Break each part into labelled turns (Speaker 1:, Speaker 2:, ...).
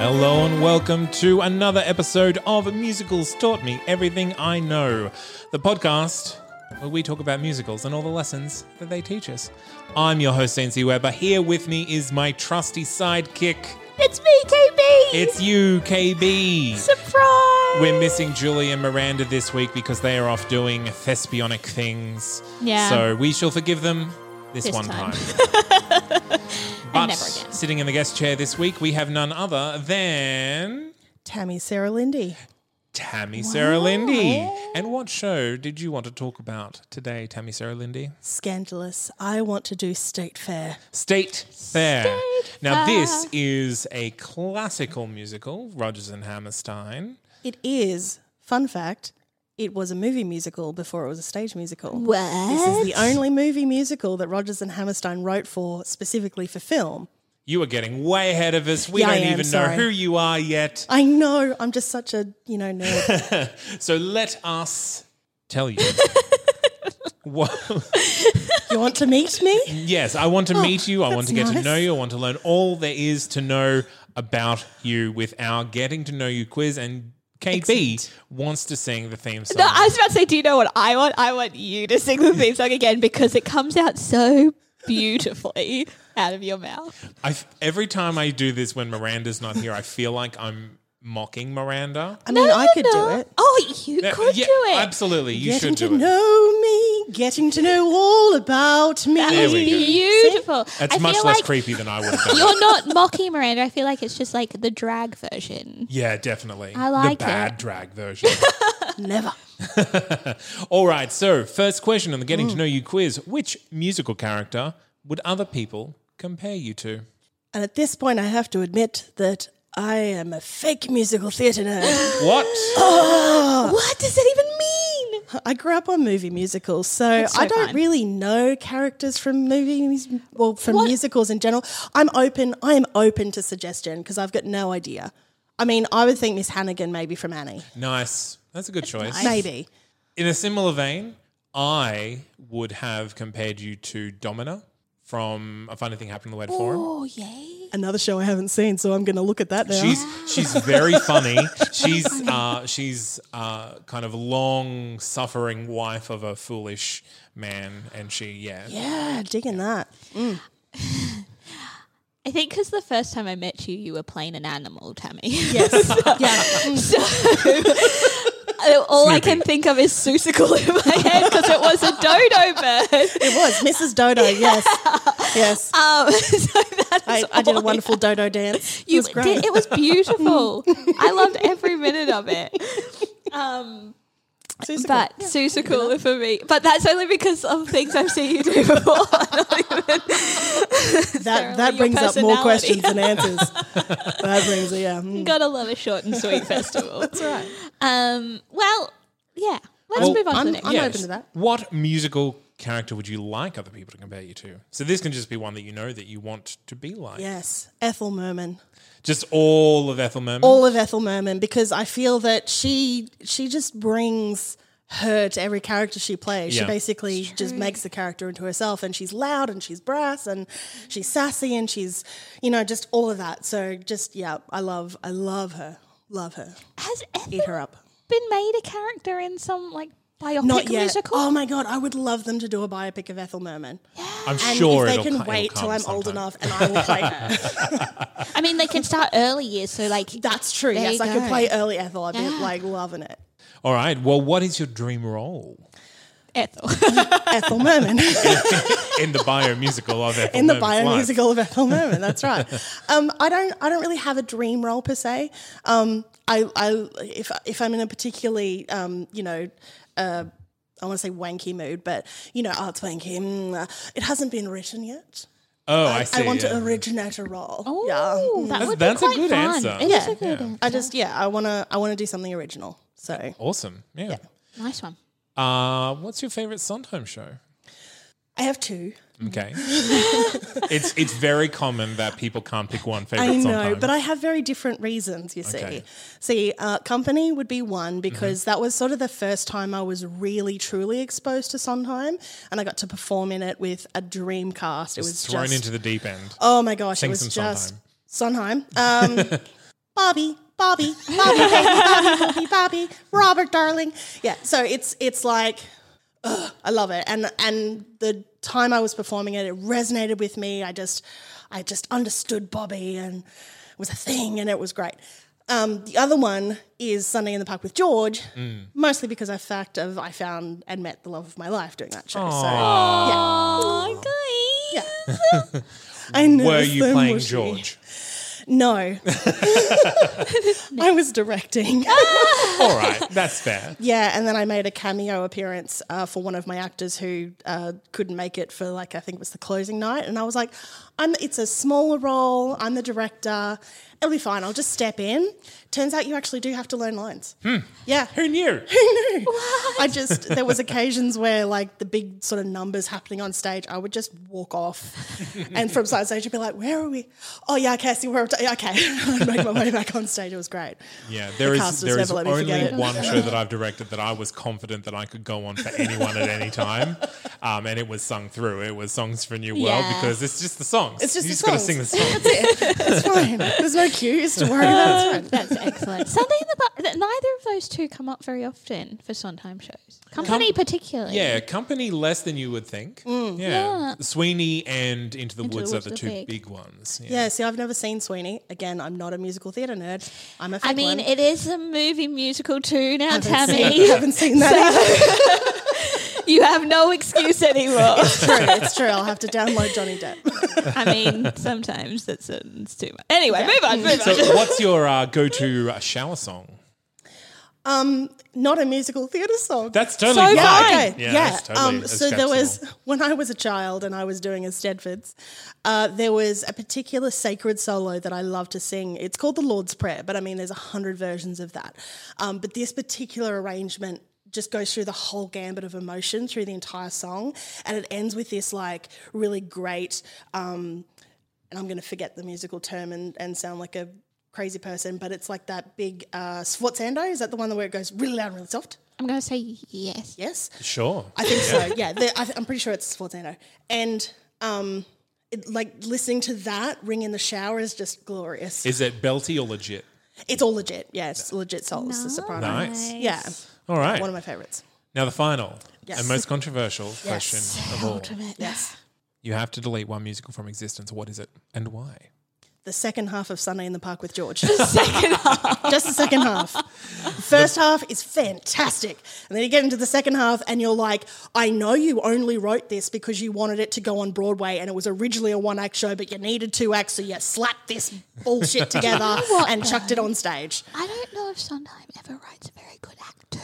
Speaker 1: Hello and welcome to another episode of Musicals Taught Me Everything I Know, the podcast where we talk about musicals and all the lessons that they teach us. I'm your host, Nancy Weber. Here with me is my trusty sidekick.
Speaker 2: It's me, KB!
Speaker 1: It's you, KB.
Speaker 2: Surprise!
Speaker 1: We're missing Julie and Miranda this week because they are off doing thespionic things.
Speaker 3: Yeah.
Speaker 1: So we shall forgive them this,
Speaker 3: This
Speaker 1: one time.
Speaker 3: time.
Speaker 1: but
Speaker 3: never again.
Speaker 1: sitting in the guest chair this week, we have none other than.
Speaker 4: Tammy Sarah Lindy.
Speaker 1: Tammy Sarah Lindy. And what show did you want to talk about today, Tammy Sarah Lindy?
Speaker 4: Scandalous. I want to do state fair.
Speaker 1: State Fair. now, this is a classical musical, Rodgers and Hammerstein.
Speaker 4: It is, fun fact, it was a movie musical before it was a stage musical.
Speaker 3: What?
Speaker 4: This is the only movie musical that Rogers and Hammerstein wrote for specifically for film.
Speaker 1: You are getting way ahead of us. We
Speaker 4: Yeah, I
Speaker 1: don't
Speaker 4: am,
Speaker 1: even
Speaker 4: sorry.
Speaker 1: know who you are yet.
Speaker 4: I know, I'm just such a, you know, nerd.
Speaker 1: So let us tell you. what,
Speaker 4: you want to meet me?
Speaker 1: Yes, I want to
Speaker 3: Oh,
Speaker 1: meet you. I want to get to
Speaker 4: nice.
Speaker 1: know you. I want to learn all there is to know about you with our getting to know you quiz. And KB wants to sing the theme song.
Speaker 3: No, I was about to say, do you know what I want? I want you to sing the theme song again because it comes out so beautifully out of your mouth.
Speaker 1: I f- every time I do this when Miranda's not here, I feel like I'm mocking Miranda.
Speaker 4: I mean, I could do it.
Speaker 3: Oh, you
Speaker 1: Uh,
Speaker 3: could
Speaker 1: yeah,
Speaker 3: do it.
Speaker 1: Absolutely, you
Speaker 4: getting
Speaker 1: should
Speaker 4: to
Speaker 1: do it.
Speaker 4: know me, getting to know all about me.
Speaker 3: That
Speaker 1: There
Speaker 3: was
Speaker 1: we go.
Speaker 3: beautiful.
Speaker 1: That's
Speaker 3: I
Speaker 1: much
Speaker 3: feel
Speaker 1: less
Speaker 3: like
Speaker 1: creepy than I would have done.
Speaker 3: You're not mocking Miranda. I feel like it's just like the drag version.
Speaker 1: Yeah, definitely.
Speaker 3: I like it.
Speaker 1: the bad drag version.
Speaker 4: Never.
Speaker 1: All right, so first question on the getting to know you quiz: Which musical character would other people compare you to?
Speaker 4: And at this point, I have to admit that I am a fake musical theatre nerd.
Speaker 1: What?
Speaker 4: Oh.
Speaker 3: What does that even mean?
Speaker 4: I grew up on movie musicals, so
Speaker 3: It's so
Speaker 4: I don't
Speaker 3: fun.
Speaker 4: really know characters from movies, well, from
Speaker 3: What-
Speaker 4: musicals in general. I'm open. I am open to suggestion because I've got no idea. I mean, I would think Miss Hannigan maybe from Annie,
Speaker 1: Nice. That's a good choice.
Speaker 4: maybe.
Speaker 1: In a similar vein, I would have compared you to Domina from A Funny Thing Happened in the Wed Forum.
Speaker 3: Oh, yay.
Speaker 4: Another show I haven't seen, so I'm going to look at that now.
Speaker 1: She's she's very funny. She's uh, she's uh, kind of long suffering wife of a foolish man, and she yeah.
Speaker 4: yeah, digging that.
Speaker 3: I think because the first time I met you, you were playing an animal, Tammy.
Speaker 4: Yes, yeah.
Speaker 3: All I can think of is Susicle in my head because it was a dodo bird.
Speaker 4: It was Mrs. Dodo. Yes, yes.
Speaker 3: Um, so that
Speaker 4: I,
Speaker 3: is
Speaker 4: I did a
Speaker 3: all
Speaker 4: wonderful Dodo dance. It
Speaker 3: You
Speaker 4: was great.
Speaker 3: did. It was beautiful. I loved every minute of it. Um,
Speaker 4: Susicle.
Speaker 3: but Susa cooler for me. But that's only because of things I've seen you do before.
Speaker 4: that
Speaker 3: Sarah,
Speaker 4: that
Speaker 3: your
Speaker 4: brings up more
Speaker 3: personality.
Speaker 4: questions than answers. that brings it, yeah. Mm.
Speaker 3: Gotta love a short and sweet festival. That's right. Um, well, yeah. Let's
Speaker 1: Well,
Speaker 3: move on to
Speaker 4: I'm-
Speaker 3: the next.
Speaker 4: I'm
Speaker 3: one.
Speaker 4: open to that.
Speaker 1: What musical character would you like other people to compare you to? So this can just be one that you know that you want to be like.
Speaker 4: Yes, Ethel Merman.
Speaker 1: Just all of Ethel Merman.
Speaker 4: all of Ethel Merman because I feel that she she just brings her to every character she plays.
Speaker 1: Yeah.
Speaker 4: She basically just makes the character into herself, and she's loud and she's brass and she's sassy and she's you know just all of that. So just yeah, I love I love her, love her,
Speaker 3: Has Ethel
Speaker 4: eat her up.
Speaker 3: been made a character in some like Biopic
Speaker 4: Not yet.
Speaker 3: musical?
Speaker 4: Oh my god, I would love them to do a biopic of Ethel Merman.
Speaker 1: I'm
Speaker 4: And
Speaker 1: sure
Speaker 4: if they
Speaker 1: it'll
Speaker 4: can
Speaker 1: co- it'll
Speaker 4: wait till
Speaker 1: come
Speaker 4: I'm old
Speaker 1: sometime.
Speaker 4: enough, and I will play her.
Speaker 3: I mean, they can start early years, so like
Speaker 4: That's true.
Speaker 3: There
Speaker 4: yes,
Speaker 3: you
Speaker 4: I could
Speaker 3: go.
Speaker 4: play early Ethel. I'd be
Speaker 3: Yeah.
Speaker 4: like loving it.
Speaker 1: All right. Well, what is your dream role
Speaker 3: Ethel.
Speaker 4: Ethel Merman.
Speaker 1: in the bio musical of Ethel
Speaker 4: in the
Speaker 1: Merman's
Speaker 4: bio
Speaker 1: life?
Speaker 4: musical of Ethel Merman. That's right. um, I don't. I don't really have a dream role per se. Um, I, I if if I'm in a particularly um, you know. Uh, I want to say wanky mood, but you know, oh, it's wanky. Mm, uh, it hasn't been written yet.
Speaker 1: Oh, I, see.
Speaker 4: I want
Speaker 1: yeah.
Speaker 4: to originate a role.
Speaker 3: Ooh,
Speaker 4: yeah.
Speaker 3: that would
Speaker 1: that's a
Speaker 3: be quite
Speaker 1: good
Speaker 3: fun.
Speaker 1: answer.
Speaker 3: It
Speaker 4: Yeah.
Speaker 3: is a good answer.
Speaker 4: I just, yeah, I want to, I want to do something original. So,
Speaker 1: Awesome. Yeah.
Speaker 3: Nice one.
Speaker 1: Uh, what's your favorite Sondheim show?
Speaker 4: I have two.
Speaker 1: Okay. it's it's very common that people can't pick one favorite
Speaker 4: I know,
Speaker 1: Sondheim.
Speaker 4: but I have very different reasons, you see.
Speaker 1: Okay. Mm-hmm.
Speaker 4: See, uh, Company would be one because that was sort of the first time I was really, truly exposed to Sondheim and I got to perform in it with a dream cast. It was
Speaker 1: thrown
Speaker 4: just,
Speaker 1: into the deep end.
Speaker 4: oh my gosh,
Speaker 1: Sing
Speaker 4: it was
Speaker 1: some
Speaker 4: just Sondheim. Um, Bobby, Bobby, Bobby, baby, Bobby, Bobby, Bobby, Robert, darling. Yeah, so it's it's like I love it. And and the time I was performing it, it resonated with me. I just I just understood Bobby and it was a thing and it was great. Um, the other one is Sunday in the Park with George,
Speaker 1: Mm.
Speaker 4: mostly because I fact of I found and met the love of my life doing that show.
Speaker 3: Oh, guys.
Speaker 4: So yeah. I know
Speaker 1: Were
Speaker 4: it's
Speaker 1: you
Speaker 4: so
Speaker 1: playing
Speaker 4: mushy.
Speaker 1: George?
Speaker 4: No. I was directing.
Speaker 1: All right, that's fair.
Speaker 4: Yeah, and then I made a cameo appearance uh, for one of my actors who uh, couldn't make it for like I think it was the closing night, and I was like, "I'm it's a smaller role. I'm the director. It'll be fine. I'll just step in." Turns out you actually do have to learn lines. Yeah,
Speaker 1: Who knew?
Speaker 4: I just there was occasions where like the big sort of numbers happening on stage, I would just walk off, and from side stage, I'd be like, "Where are we? Oh yeah, okay, I see where we're t- yeah, okay." I'd make my way back on stage. It was great.
Speaker 1: Yeah, there is
Speaker 4: cast has
Speaker 1: there is
Speaker 4: never let me
Speaker 1: only
Speaker 4: forget it.
Speaker 1: one show that I've directed that I was confident that I could go on for anyone at any time, um, and it was sung through. It was songs for New World
Speaker 3: Yeah.
Speaker 1: because it's just the songs.
Speaker 4: It's just
Speaker 1: you just
Speaker 4: the
Speaker 1: got to
Speaker 4: songs.
Speaker 1: sing the songs.
Speaker 4: It's fine. There's no cues to worry about. It's fine.
Speaker 3: That's excellent. Sunday in the Park. th- Neither of those two come up very often for Sondheim shows. Company, particularly.
Speaker 1: Yeah, company less than you would think.
Speaker 4: Mm.
Speaker 1: yeah. Sweeney and Into the Woods
Speaker 3: Woods
Speaker 1: are the
Speaker 3: are
Speaker 1: two
Speaker 3: big.
Speaker 1: big ones. Yeah.
Speaker 4: Yeah, see, I've never seen Sweeney. Again, I'm not a musical theatre nerd. I'm a
Speaker 3: I
Speaker 4: fake
Speaker 3: mean,
Speaker 4: one.
Speaker 3: it is a movie musical too now,
Speaker 4: haven't
Speaker 3: Tammy.
Speaker 4: seen, haven't seen that.
Speaker 3: you have no excuse anymore.
Speaker 4: it's true. It's true. I'll have to download Johnny Depp.
Speaker 3: I mean, sometimes that's it's too much. Anyway, move on, move on.
Speaker 1: So, what's your uh, go-to uh, shower song?
Speaker 4: Not a musical theatre song.
Speaker 1: That's totally fine.
Speaker 3: So fine.
Speaker 4: Okay.
Speaker 1: Yeah,
Speaker 4: Yeah.
Speaker 1: that's totally
Speaker 4: um, so there was
Speaker 1: acceptable.
Speaker 4: when I was a child and I was doing a Stedfords, uh, there was a particular sacred solo that I love to sing. It's called the Lord's Prayer, but I mean, there's a hundred versions of that. Um, but this particular arrangement just goes through the whole gambit of emotion through the entire song, and it ends with this like really great. Um, and I'm going to forget the musical term and, and sound like a crazy person, but it's like that big uh, Sforzando. Is that the one where it goes really loud and really soft?
Speaker 3: I'm going to say yes.
Speaker 4: Yes.
Speaker 1: Sure.
Speaker 4: I think so. Yeah, the, I th- I'm pretty sure it's Sforzano. And um, it, like listening to that ring in the shower is just glorious.
Speaker 1: Is it belty or legit?
Speaker 4: It's all legit. Yeah, it's legit solos. The soprano.
Speaker 1: Nice.
Speaker 4: Yeah,
Speaker 1: All right.
Speaker 4: one of my favorites.
Speaker 1: now the final
Speaker 4: Yes.
Speaker 1: and most controversial question of all.
Speaker 4: Yes,
Speaker 1: You have to delete one musical from existence. What is it and why?
Speaker 4: the second half of Sunday in the Park with George. second half. Just the second half. First half is fantastic, and then you get into the second half, and you're like, I know you only wrote this because you wanted it to go on Broadway, and it was originally a one act show, but you needed two acts, so you slapped this bullshit together and chucked it on stage.
Speaker 3: I don't know if Sondheim ever writes a very good act too.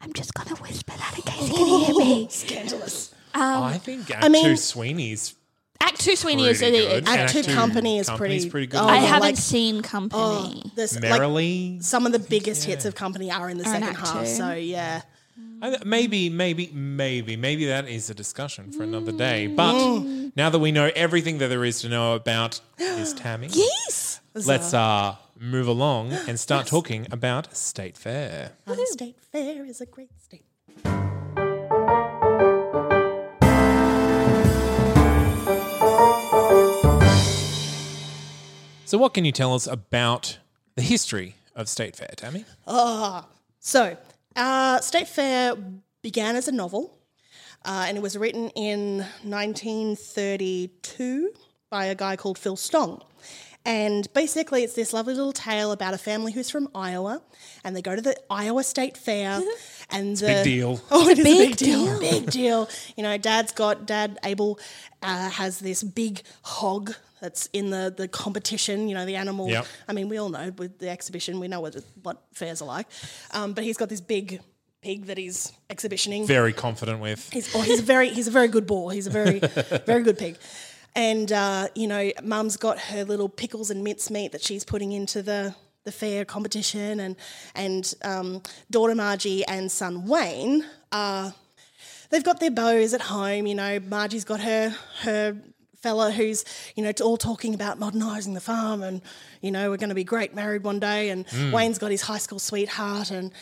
Speaker 3: I'm just going to whisper that in case you can hear me.
Speaker 4: Scandalous.
Speaker 1: I think Act
Speaker 4: Um, mean-
Speaker 1: Two Sweeney's
Speaker 3: Act Two Sweeney
Speaker 1: pretty
Speaker 3: is
Speaker 1: good.
Speaker 3: the.
Speaker 1: and
Speaker 4: Act Two Company is
Speaker 1: Company's
Speaker 4: pretty-
Speaker 1: pretty good.
Speaker 4: oh,
Speaker 3: I
Speaker 4: yeah,
Speaker 3: haven't Oh.
Speaker 4: like-
Speaker 3: seen Company.
Speaker 4: Oh, This, like,
Speaker 1: Merrily.
Speaker 4: some of the biggest hits of Company are in the
Speaker 3: Are in
Speaker 4: second
Speaker 3: Act
Speaker 4: half.
Speaker 3: Two.
Speaker 4: So yeah,
Speaker 1: I th- Maybe, maybe, maybe, maybe that is a discussion for another day.
Speaker 4: Mm.
Speaker 1: But now that we know everything that there is to know about is Tammy, yes, let's uh, move along and start talking about State Fair.
Speaker 4: Our State Fair is a great state.
Speaker 1: So, what can you tell us about the history of State Fair, Tammy?
Speaker 4: So, uh, State Fair began as a novel, uh, and it was written in 1932 by a guy called Phil Stong. And basically, it's this lovely little tale about a family who's from Iowa, and they go to the Iowa State Fair, and the
Speaker 1: Big deal.
Speaker 4: Oh, it's a
Speaker 3: big
Speaker 4: big deal. Big deal. You know, Dad's got Dad Abel uh, has this big hog that's in the the competition. You know, the animal.
Speaker 1: Yep.
Speaker 4: I mean, we all know with the exhibition, we know what what fairs are like. Um, but he's got this big pig that he's exhibitioning.
Speaker 1: Very confident with.
Speaker 4: He's, oh, he's a very he's a very good boar. He's a very very good pig. And uh, you know, Mum's got her little pickles and mincemeat that she's putting into the the fair competition, and and um, daughter Margie and son Wayne are they've got their bows at home. You know, Margie's got her her fella who's you know all talking about modernising the farm, and you know we're going to be great married one day. And Wayne's got his high school sweetheart, and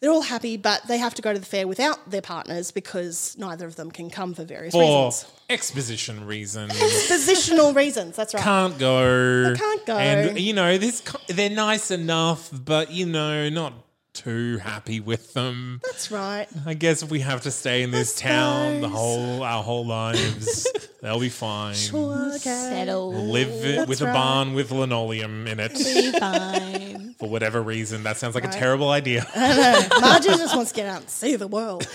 Speaker 4: they're all happy, but they have to go to the fair without their partners because neither of them can come for various
Speaker 1: For
Speaker 4: reasons.
Speaker 1: exposition reasons.
Speaker 4: Positional reasons. That's right.
Speaker 1: Can't go.
Speaker 4: They can't go.
Speaker 1: And you know, this co- they're nice enough, but you know, not too happy with them.
Speaker 4: That's right.
Speaker 1: I guess if we have to stay in this town the whole our whole lives, they'll be fine.
Speaker 4: Okay.
Speaker 3: Settle.
Speaker 1: Live i- with a
Speaker 4: right.
Speaker 1: barn with linoleum in it
Speaker 3: Be fine.
Speaker 1: for whatever reason. That sounds like a terrible idea.
Speaker 4: Margie just wants to get out and see the world.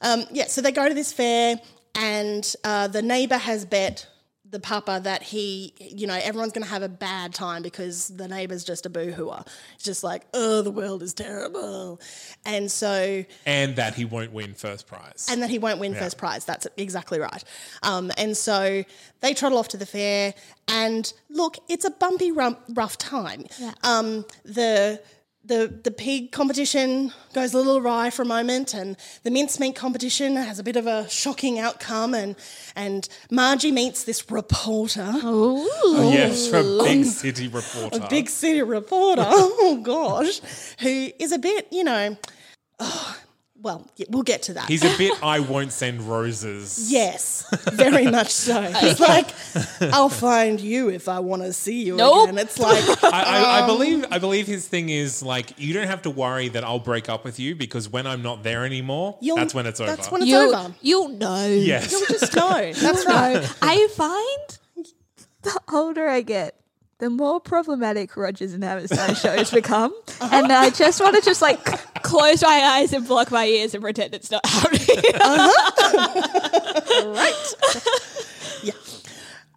Speaker 4: Um, yeah, so they go to this fair, and uh, the neighbor has bet the papa that he, you know, everyone's going to have a bad time because the neighbor's just a boo-hooer. It's just like, oh, the world is terrible. And so
Speaker 1: and that he won't win first prize.
Speaker 4: and that he won't win first prize. That's exactly right. Um, and so they trottle off to the fair, and look, it's a bumpy, rump, rough time. Um, the the the pig competition goes a little awry for a moment, and the mincemeat competition has a bit of a shocking outcome, and and Margie meets this reporter.
Speaker 1: Oh, yes, a big city reporter.
Speaker 4: A big city reporter. oh gosh, who is a bit, you know, oh, well, yeah, we'll get to that.
Speaker 1: He's a bit I won't send roses.
Speaker 4: Yes, very much so. It's like, I'll find you if I want to see you
Speaker 3: Nope.
Speaker 4: again. It's like,
Speaker 1: I,
Speaker 4: Um,
Speaker 1: I, I believe I believe his thing is like you don't have to worry that I'll break up with you because when I'm not there anymore,
Speaker 4: you'll-
Speaker 1: that's when it's over.
Speaker 4: That's when it's
Speaker 3: You'll,
Speaker 4: over.
Speaker 3: you'll know.
Speaker 1: yes.
Speaker 4: Just know. That's right.
Speaker 5: No, I find the older I get, the more problematic Rogers and Hammerstein shows become, and I just want to just like
Speaker 3: Uh-huh. Close my eyes and block my ears and pretend it's not happening. Uh-huh.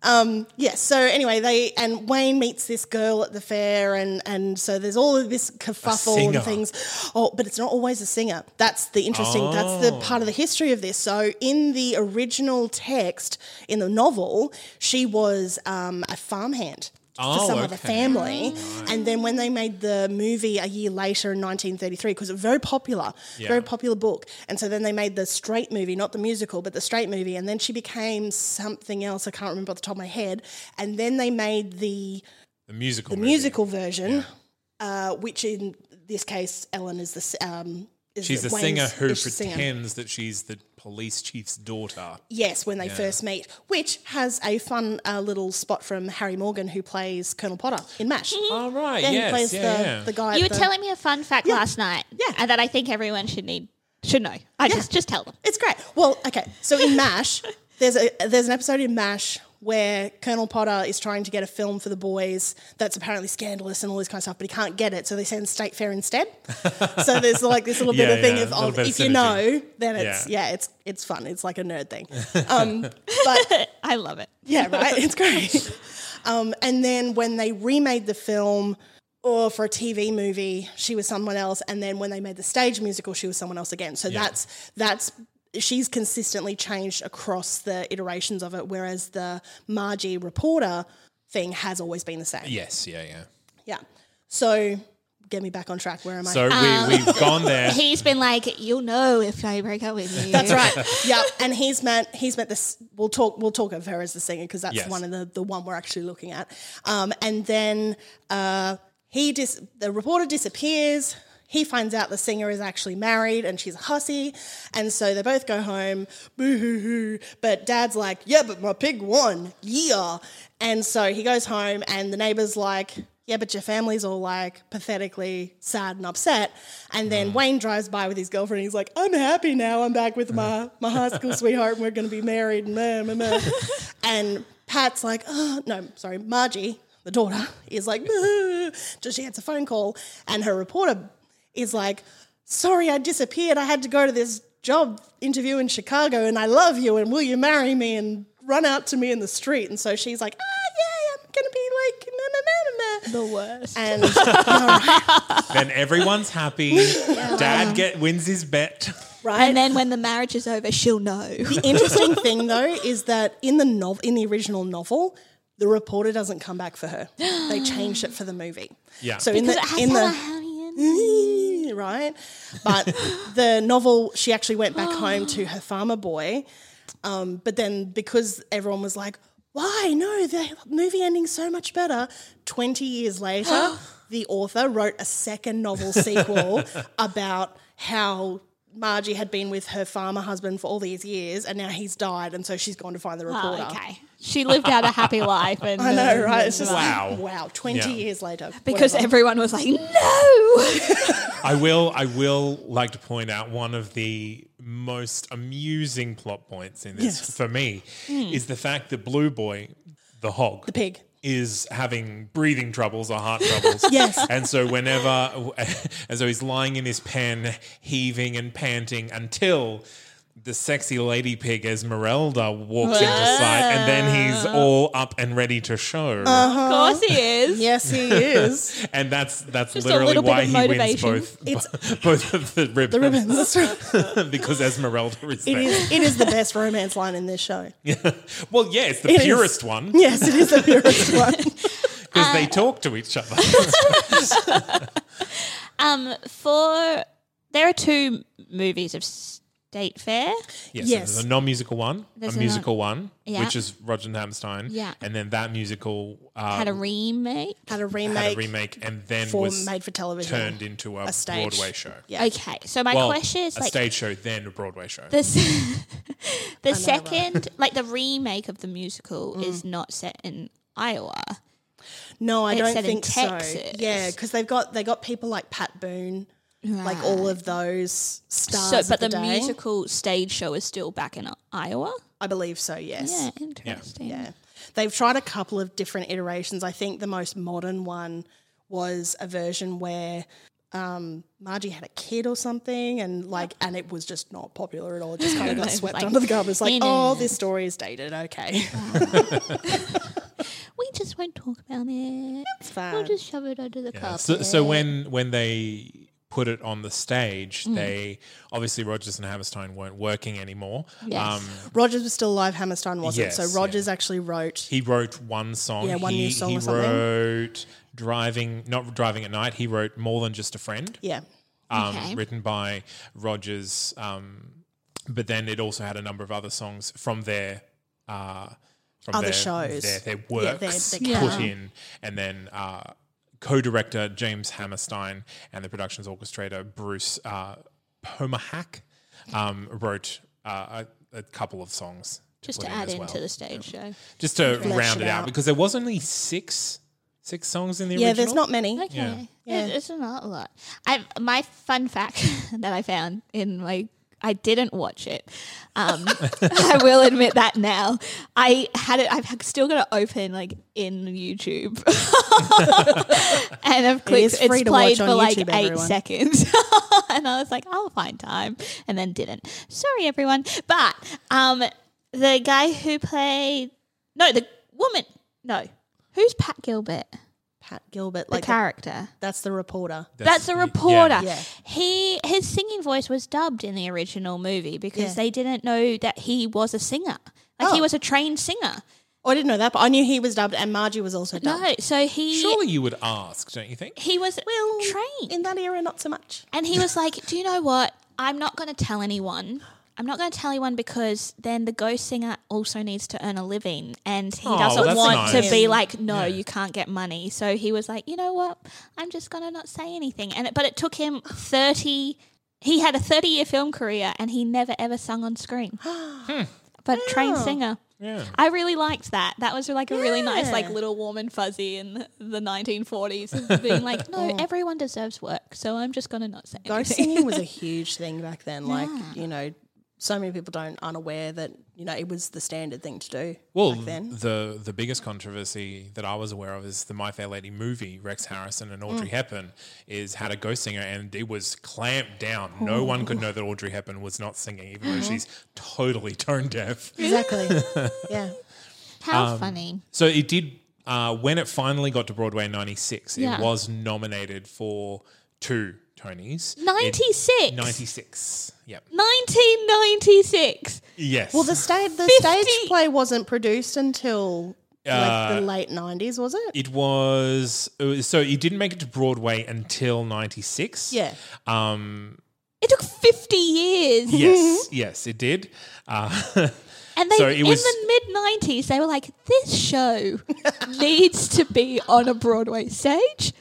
Speaker 4: Um, yeah. So anyway, they and Wayne meets this girl at the fair, and and so there's all of this kerfuffle
Speaker 1: singer.
Speaker 4: and things. Oh, but it's not always a singer. That's the interesting. That's
Speaker 1: Oh.
Speaker 4: the part of the history of this. So in the original text in the novel, she was um, a farmhand.
Speaker 1: Oh,
Speaker 4: for some other
Speaker 1: okay.
Speaker 4: family, and then when they made the movie a year later in 1933, because it was very popular, very popular book, and so then they made the straight movie, not the musical, but the straight movie, and then she became something else. I can't remember off the top of my head, and then they made the
Speaker 1: the musical. movie.
Speaker 4: musical version, uh, which in this case, Ellen is the s- um, is
Speaker 1: She's a
Speaker 4: Wayne's-
Speaker 1: singer who
Speaker 4: is the singer.
Speaker 1: pretends that she's the police chief's daughter.
Speaker 4: Yes, when they first meet, which has a fun uh, little spot from Harry Morgan, who plays Colonel Potter in MASH.
Speaker 1: Oh right,
Speaker 4: Yeah,
Speaker 1: yes,
Speaker 4: he plays
Speaker 1: yeah,
Speaker 4: the,
Speaker 1: yeah.
Speaker 4: the guy.
Speaker 3: You were
Speaker 4: at the-
Speaker 3: telling me a fun fact last night. Yeah. And that I think everyone should need should know. I just just tell them.
Speaker 4: It's great. Well, okay. So in MASH, there's a there's an episode in MASH where Colonel Potter is trying to get a film for the boys that's apparently scandalous and all this kind of stuff, but he can't get it, so they send State Fair instead. so there's like this little
Speaker 1: Yeah,
Speaker 4: bit of thing
Speaker 1: yeah,
Speaker 4: of,
Speaker 1: a little
Speaker 4: of
Speaker 1: bit of
Speaker 4: if you
Speaker 1: synergy.
Speaker 4: know, then it's yeah. it's it's fun. It's like a nerd thing. Um, but
Speaker 3: I love it.
Speaker 4: yeah, right. It's great. Um, and then when they remade the film or for a TV movie, she was someone else. And then when they made the stage musical, she was someone else again. So that's that's she's consistently changed across the iterations of it, whereas the Margie reporter thing has always been the same.
Speaker 1: Yes, yeah, yeah.
Speaker 4: Yeah. So get me back on track. Where am I?
Speaker 1: So we, we've gone there.
Speaker 3: He's been like, You'll know if I break up with you.
Speaker 4: That's right. yeah, and he's met he's met this. We'll talk we'll talk of her as the singer because that's
Speaker 1: Yes.
Speaker 4: one of the the one we're actually looking at. Um, and then uh, he dis- the reporter disappears. He finds out the singer is actually married and she's a hussy, and so they both go home. Boo hoo hoo! But Dad's like, "Yeah, but my pig won, yeah." And so he goes home, and the neighbor's like, yeah, but your family's all like pathetically sad and upset. And then Wayne drives by with his girlfriend and he's like, I'm happy now. I'm back with my, my high school sweetheart and we're going to be married. And, meh, meh, meh. and Pat's like, oh, no, sorry, Margie, the daughter, is like, "Meh." so she gets a phone call and her reporter is like, sorry, I disappeared. I had to go to this job interview in Chicago and I love you and will you marry me and run out to me in the street. And so she's like, ah, yeah, I'm going to be like, meh, meh, meh, meh, meh."
Speaker 3: The worst.
Speaker 4: And right,
Speaker 1: Then everyone's happy.
Speaker 4: Um,
Speaker 1: Dad get wins his bet.
Speaker 3: And then when the marriage is over, she'll know.
Speaker 4: the interesting thing though is that in the novel, in the original novel, the reporter doesn't come back for her. They changed it for the movie.
Speaker 1: Yeah.
Speaker 4: So in the Mm. in the right, but the novel she actually went back home to her farmer boy, um, but then because everyone was like, "Why no? The movie ending's so much better." Twenty years later, the author wrote a second novel sequel about how. Margie had been with her farmer husband for all these years, and now he's died, and so she's gone to find
Speaker 1: Ah,
Speaker 4: the reporter.
Speaker 3: Oh, okay. She lived out a happy life. And, uh,
Speaker 4: I know, right? It's just
Speaker 1: Wow.
Speaker 4: like, wow, 20
Speaker 1: Yeah.
Speaker 4: years later.
Speaker 3: Because
Speaker 4: whatever.
Speaker 3: everyone was like, no.
Speaker 1: I will. I will like to point out one of the most amusing plot points in this for me is the fact that Blue Boy, the hog,
Speaker 4: Hmm. the pig.
Speaker 1: is having breathing troubles or heart troubles.
Speaker 4: Yes.
Speaker 1: And so whenever, and so he's lying in his pen, heaving and panting until the sexy lady pig Esmeralda walks into sight, and then he's all up and ready to show.
Speaker 4: Uh-huh.
Speaker 3: of course he is.
Speaker 4: Yes, he is.
Speaker 1: And that's that's
Speaker 3: Just a
Speaker 1: literally
Speaker 3: little bit
Speaker 1: why
Speaker 3: of
Speaker 1: he
Speaker 3: motivation.
Speaker 1: wins both both of the ribbons.
Speaker 4: the ribbons. That's right.
Speaker 1: because Esmeralda is
Speaker 4: It
Speaker 1: there.
Speaker 4: is, it is the best romance line in this show.
Speaker 1: Well, yeah, it's the
Speaker 4: It is.
Speaker 1: purest one
Speaker 4: Yes, it is the purest one.
Speaker 1: because they talk to each other.
Speaker 3: Um, for there are two movies of State Fair.
Speaker 1: yes, so there's
Speaker 4: Yes.
Speaker 1: a non-musical one,
Speaker 3: There's
Speaker 1: a
Speaker 3: a
Speaker 1: musical one,
Speaker 3: Yeah.
Speaker 1: which is Roger and Hammerstein.
Speaker 3: Yeah.
Speaker 1: and then that musical uh,
Speaker 3: Had a remake.
Speaker 4: Had a remake,
Speaker 1: had a remake, and then
Speaker 4: for
Speaker 1: was
Speaker 4: made for television.
Speaker 1: turned into a,
Speaker 4: A stage.
Speaker 1: Broadway show.
Speaker 4: Yeah.
Speaker 3: Okay, so my
Speaker 1: Well,
Speaker 3: question is
Speaker 1: a
Speaker 3: like
Speaker 1: stage show, then a Broadway show.
Speaker 3: the s- the second, like the remake of the musical,
Speaker 4: Mm.
Speaker 3: is not set in Iowa.
Speaker 4: No, I
Speaker 3: It's
Speaker 4: don't
Speaker 3: set in
Speaker 4: think
Speaker 3: Texas.
Speaker 4: so. Yeah, because they've got they got people like Pat Boone, like all of those stars.
Speaker 3: So,
Speaker 4: of
Speaker 3: but the,
Speaker 4: day.
Speaker 3: musical stage show is still back in Iowa.
Speaker 4: I believe so. Yes.
Speaker 3: Yeah, interesting.
Speaker 4: Yeah. They've tried a couple of different iterations. I think the most modern one was a version where um, Margie had a kid or something, and like, and it was just not popular at all. It just kind of got swept
Speaker 3: Like,
Speaker 4: under the carpet. It's like,
Speaker 3: in
Speaker 4: oh,
Speaker 3: and
Speaker 4: this story is dated. Okay,
Speaker 3: We just won't talk about it.
Speaker 4: it's fine.
Speaker 3: We'll just shove it under the carpet.
Speaker 1: So, so when when they put it on the stage,
Speaker 4: Mm.
Speaker 1: they obviously Rogers and Hammerstein weren't working anymore. Um,
Speaker 3: Yes.
Speaker 4: Rogers was still alive. Hammerstein wasn't.
Speaker 1: Yes,
Speaker 4: so Rogers actually wrote.
Speaker 1: He wrote one song.
Speaker 4: Yeah, one
Speaker 1: he,
Speaker 4: new song
Speaker 1: He
Speaker 4: or something.
Speaker 1: wrote driving, not driving at night. He wrote more than just a friend,
Speaker 4: yeah.
Speaker 1: um,
Speaker 3: Okay.
Speaker 1: written by Rogers. Um, but then it also had a number of other songs from their. Uh, from
Speaker 4: Other
Speaker 1: their, their,
Speaker 4: shows.
Speaker 1: their
Speaker 4: Yeah, their-
Speaker 1: works
Speaker 4: their
Speaker 1: put in, and then uh, co-director James Hammerstein and the production's orchestrator Bruce uh, Pomahack um, wrote uh, a, a couple of songs.
Speaker 3: just
Speaker 1: put
Speaker 3: to
Speaker 1: in
Speaker 3: add
Speaker 1: as
Speaker 3: into
Speaker 1: well
Speaker 3: the stage show.
Speaker 1: just to round
Speaker 4: it
Speaker 1: it out,
Speaker 4: out.
Speaker 1: because there was only six six songs in the
Speaker 4: Yeah,
Speaker 1: original.
Speaker 4: there's not many.
Speaker 3: Okay.
Speaker 4: Yeah.
Speaker 3: It- It's not a lot. I my fun fact that I found in my I didn't watch it. Um, I will admit that now. I had it. I've still got it open like in YouTube, and I've clicked.
Speaker 4: is free
Speaker 3: it's
Speaker 4: to watch
Speaker 3: played
Speaker 4: on
Speaker 3: for like
Speaker 4: YouTube,
Speaker 3: eight
Speaker 4: everyone.
Speaker 3: seconds, and I was like, I'll find time, and then didn't. Sorry, everyone. But um, the guy who played no, the woman no, who's Pat Gilbert,
Speaker 4: Pat Gilbert,
Speaker 3: the
Speaker 4: like
Speaker 3: character.
Speaker 4: that's the reporter.
Speaker 3: That's a reporter.
Speaker 1: Yeah.
Speaker 4: Yeah.
Speaker 3: He his singing voice was dubbed in the original movie because
Speaker 4: Yeah.
Speaker 3: they didn't know that he was a singer. Like he
Speaker 4: Oh.
Speaker 3: was a trained singer.
Speaker 4: Oh, I didn't know that, but I knew he was dubbed, and Margie was also dubbed.
Speaker 3: No, so he
Speaker 1: Surely you would ask, don't you think?
Speaker 3: he was
Speaker 4: Well,
Speaker 3: trained.
Speaker 4: in that era, not so much.
Speaker 3: and he was like, "Do you know what? I'm not going to tell anyone." I'm not going to tell anyone because then the ghost singer also needs to earn a living and he
Speaker 1: Oh,
Speaker 3: doesn't
Speaker 1: that's
Speaker 3: want
Speaker 1: nice.
Speaker 3: to be like, no, you can't get money. So he was like, you know what? I'm just going to not say anything. And it, But it took him 30, he had a 30 year film career and he never ever sung on screen. but trained singer.
Speaker 1: Yeah.
Speaker 3: I really liked that. That was like a really nice, like
Speaker 4: Yeah.
Speaker 3: little warm and fuzzy in the- the 1940s, of being like, no, everyone deserves work, so I'm just gonna not say
Speaker 4: Ghost
Speaker 3: anything.
Speaker 4: singing was a huge thing back then. Like, you know, so many people don't aren't aware that, you know, it was the standard thing to do
Speaker 1: Well,
Speaker 4: back then.
Speaker 1: the the biggest controversy that I was aware of is the My Fair Lady movie. Rex Harrison and
Speaker 4: Mm.
Speaker 1: Audrey Hepburn is had a ghost singer, and it was clamped down.
Speaker 4: Oh.
Speaker 1: No one could know that Audrey Hepburn was not singing, even
Speaker 4: Uh-huh.
Speaker 1: though she's totally tone deaf.
Speaker 4: Exactly. yeah.
Speaker 1: Um,
Speaker 3: How funny!
Speaker 1: So it did. Uh, when it finally got to Broadway in '96,
Speaker 3: Yeah.
Speaker 1: it was nominated for two Tonys. It-
Speaker 3: 96.
Speaker 1: 96. Yep.
Speaker 3: 1996.
Speaker 1: Yes.
Speaker 4: Well, the stage the stage play wasn't produced until like
Speaker 1: Uh,
Speaker 4: the late nineties, was it?
Speaker 1: It was, it was- so it didn't make it to Broadway until '96.
Speaker 4: Yeah.
Speaker 1: Um.
Speaker 3: It took 50 years.
Speaker 1: Yes. yes, it did. Uh,
Speaker 3: And they
Speaker 1: So it
Speaker 3: in
Speaker 1: was-
Speaker 3: the mid nineties they were like, This show needs to be on a Broadway stage.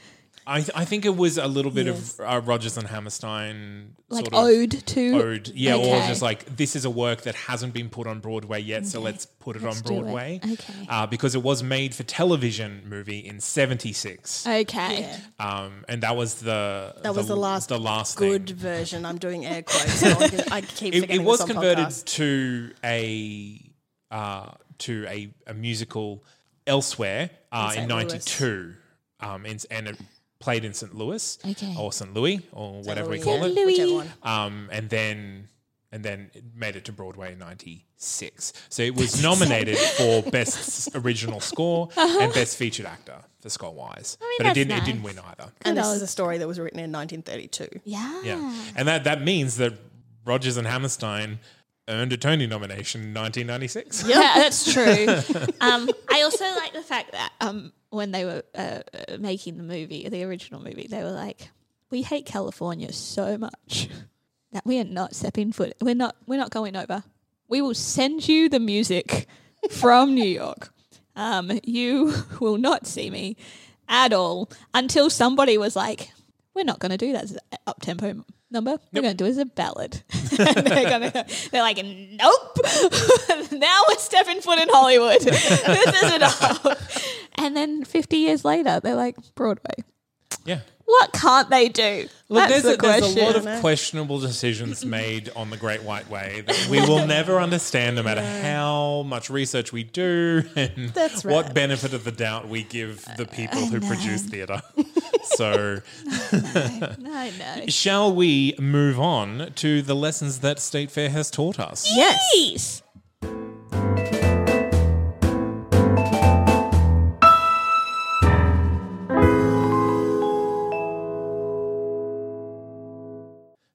Speaker 1: I, I think it was a little bit of uh, Rogers and Hammerstein
Speaker 3: Like
Speaker 1: sort of
Speaker 3: ode to
Speaker 1: ode. Yeah, or
Speaker 3: Okay.
Speaker 1: just like this is a work that hasn't been put on Broadway yet, so let's put it on
Speaker 3: do it.
Speaker 1: Broadway.
Speaker 3: Okay.
Speaker 1: Uh, because it was made for television movie in '76,
Speaker 3: Oh. Okay.
Speaker 1: um, and that was the
Speaker 4: That was the last
Speaker 1: the last thing.
Speaker 4: Good version. I'm doing air quotes. so I can- I keep
Speaker 1: it,
Speaker 4: forgetting
Speaker 1: it was
Speaker 4: this on
Speaker 1: converted
Speaker 4: podcast.
Speaker 1: to a uh, to a, a musical elsewhere uh,
Speaker 4: In
Speaker 1: in
Speaker 4: St.
Speaker 1: '92, um, and, and it played in St. Louis
Speaker 3: Okay.
Speaker 1: or St. Louis or whatever we
Speaker 4: Louis,
Speaker 1: call
Speaker 4: yeah.
Speaker 1: it,
Speaker 3: Louis.
Speaker 4: Whichever one.
Speaker 1: um, and then and then it made it to Broadway in '96. So it was nominated for best s- original score and best featured actor for Scorewise, but it
Speaker 3: that's
Speaker 1: didn't
Speaker 3: nice.
Speaker 1: it didn't win either.
Speaker 4: And this
Speaker 3: old-
Speaker 4: is a story that was written in 1932.
Speaker 3: Yeah.
Speaker 1: Yeah, and that that means that Rogers and Hammerstein earned a Tony nomination in 1996.
Speaker 3: Yeah, that's true. um, I also like the fact that um, when they were uh, uh, making the movie, the original movie, they were like, "We hate California so much that we are not stepping foot. We're not. We're not going over. We will send you the music from New York. Um, you will not see me at all until somebody was like." We're not going to do that as an up tempo number. We're going to do it as a ballad. And they're, gonna, they're like, nope. now we're stepping foot in Hollywood. this is enough. And then 50 years later, they're like, Broadway.
Speaker 1: Yeah.
Speaker 3: What can't they do?
Speaker 1: Look, there's,
Speaker 3: That's the
Speaker 1: a, there's a
Speaker 3: question.
Speaker 1: lot of questionable decisions made on the Great White Way that we will never understand, no matter how much research we do and
Speaker 4: That's
Speaker 1: what
Speaker 4: right.
Speaker 1: benefit of the doubt we give the people who produce theatre. so,
Speaker 3: I know.
Speaker 1: shall we move on to the lessons that State Fair has taught us?
Speaker 4: Yes.
Speaker 3: Jeez.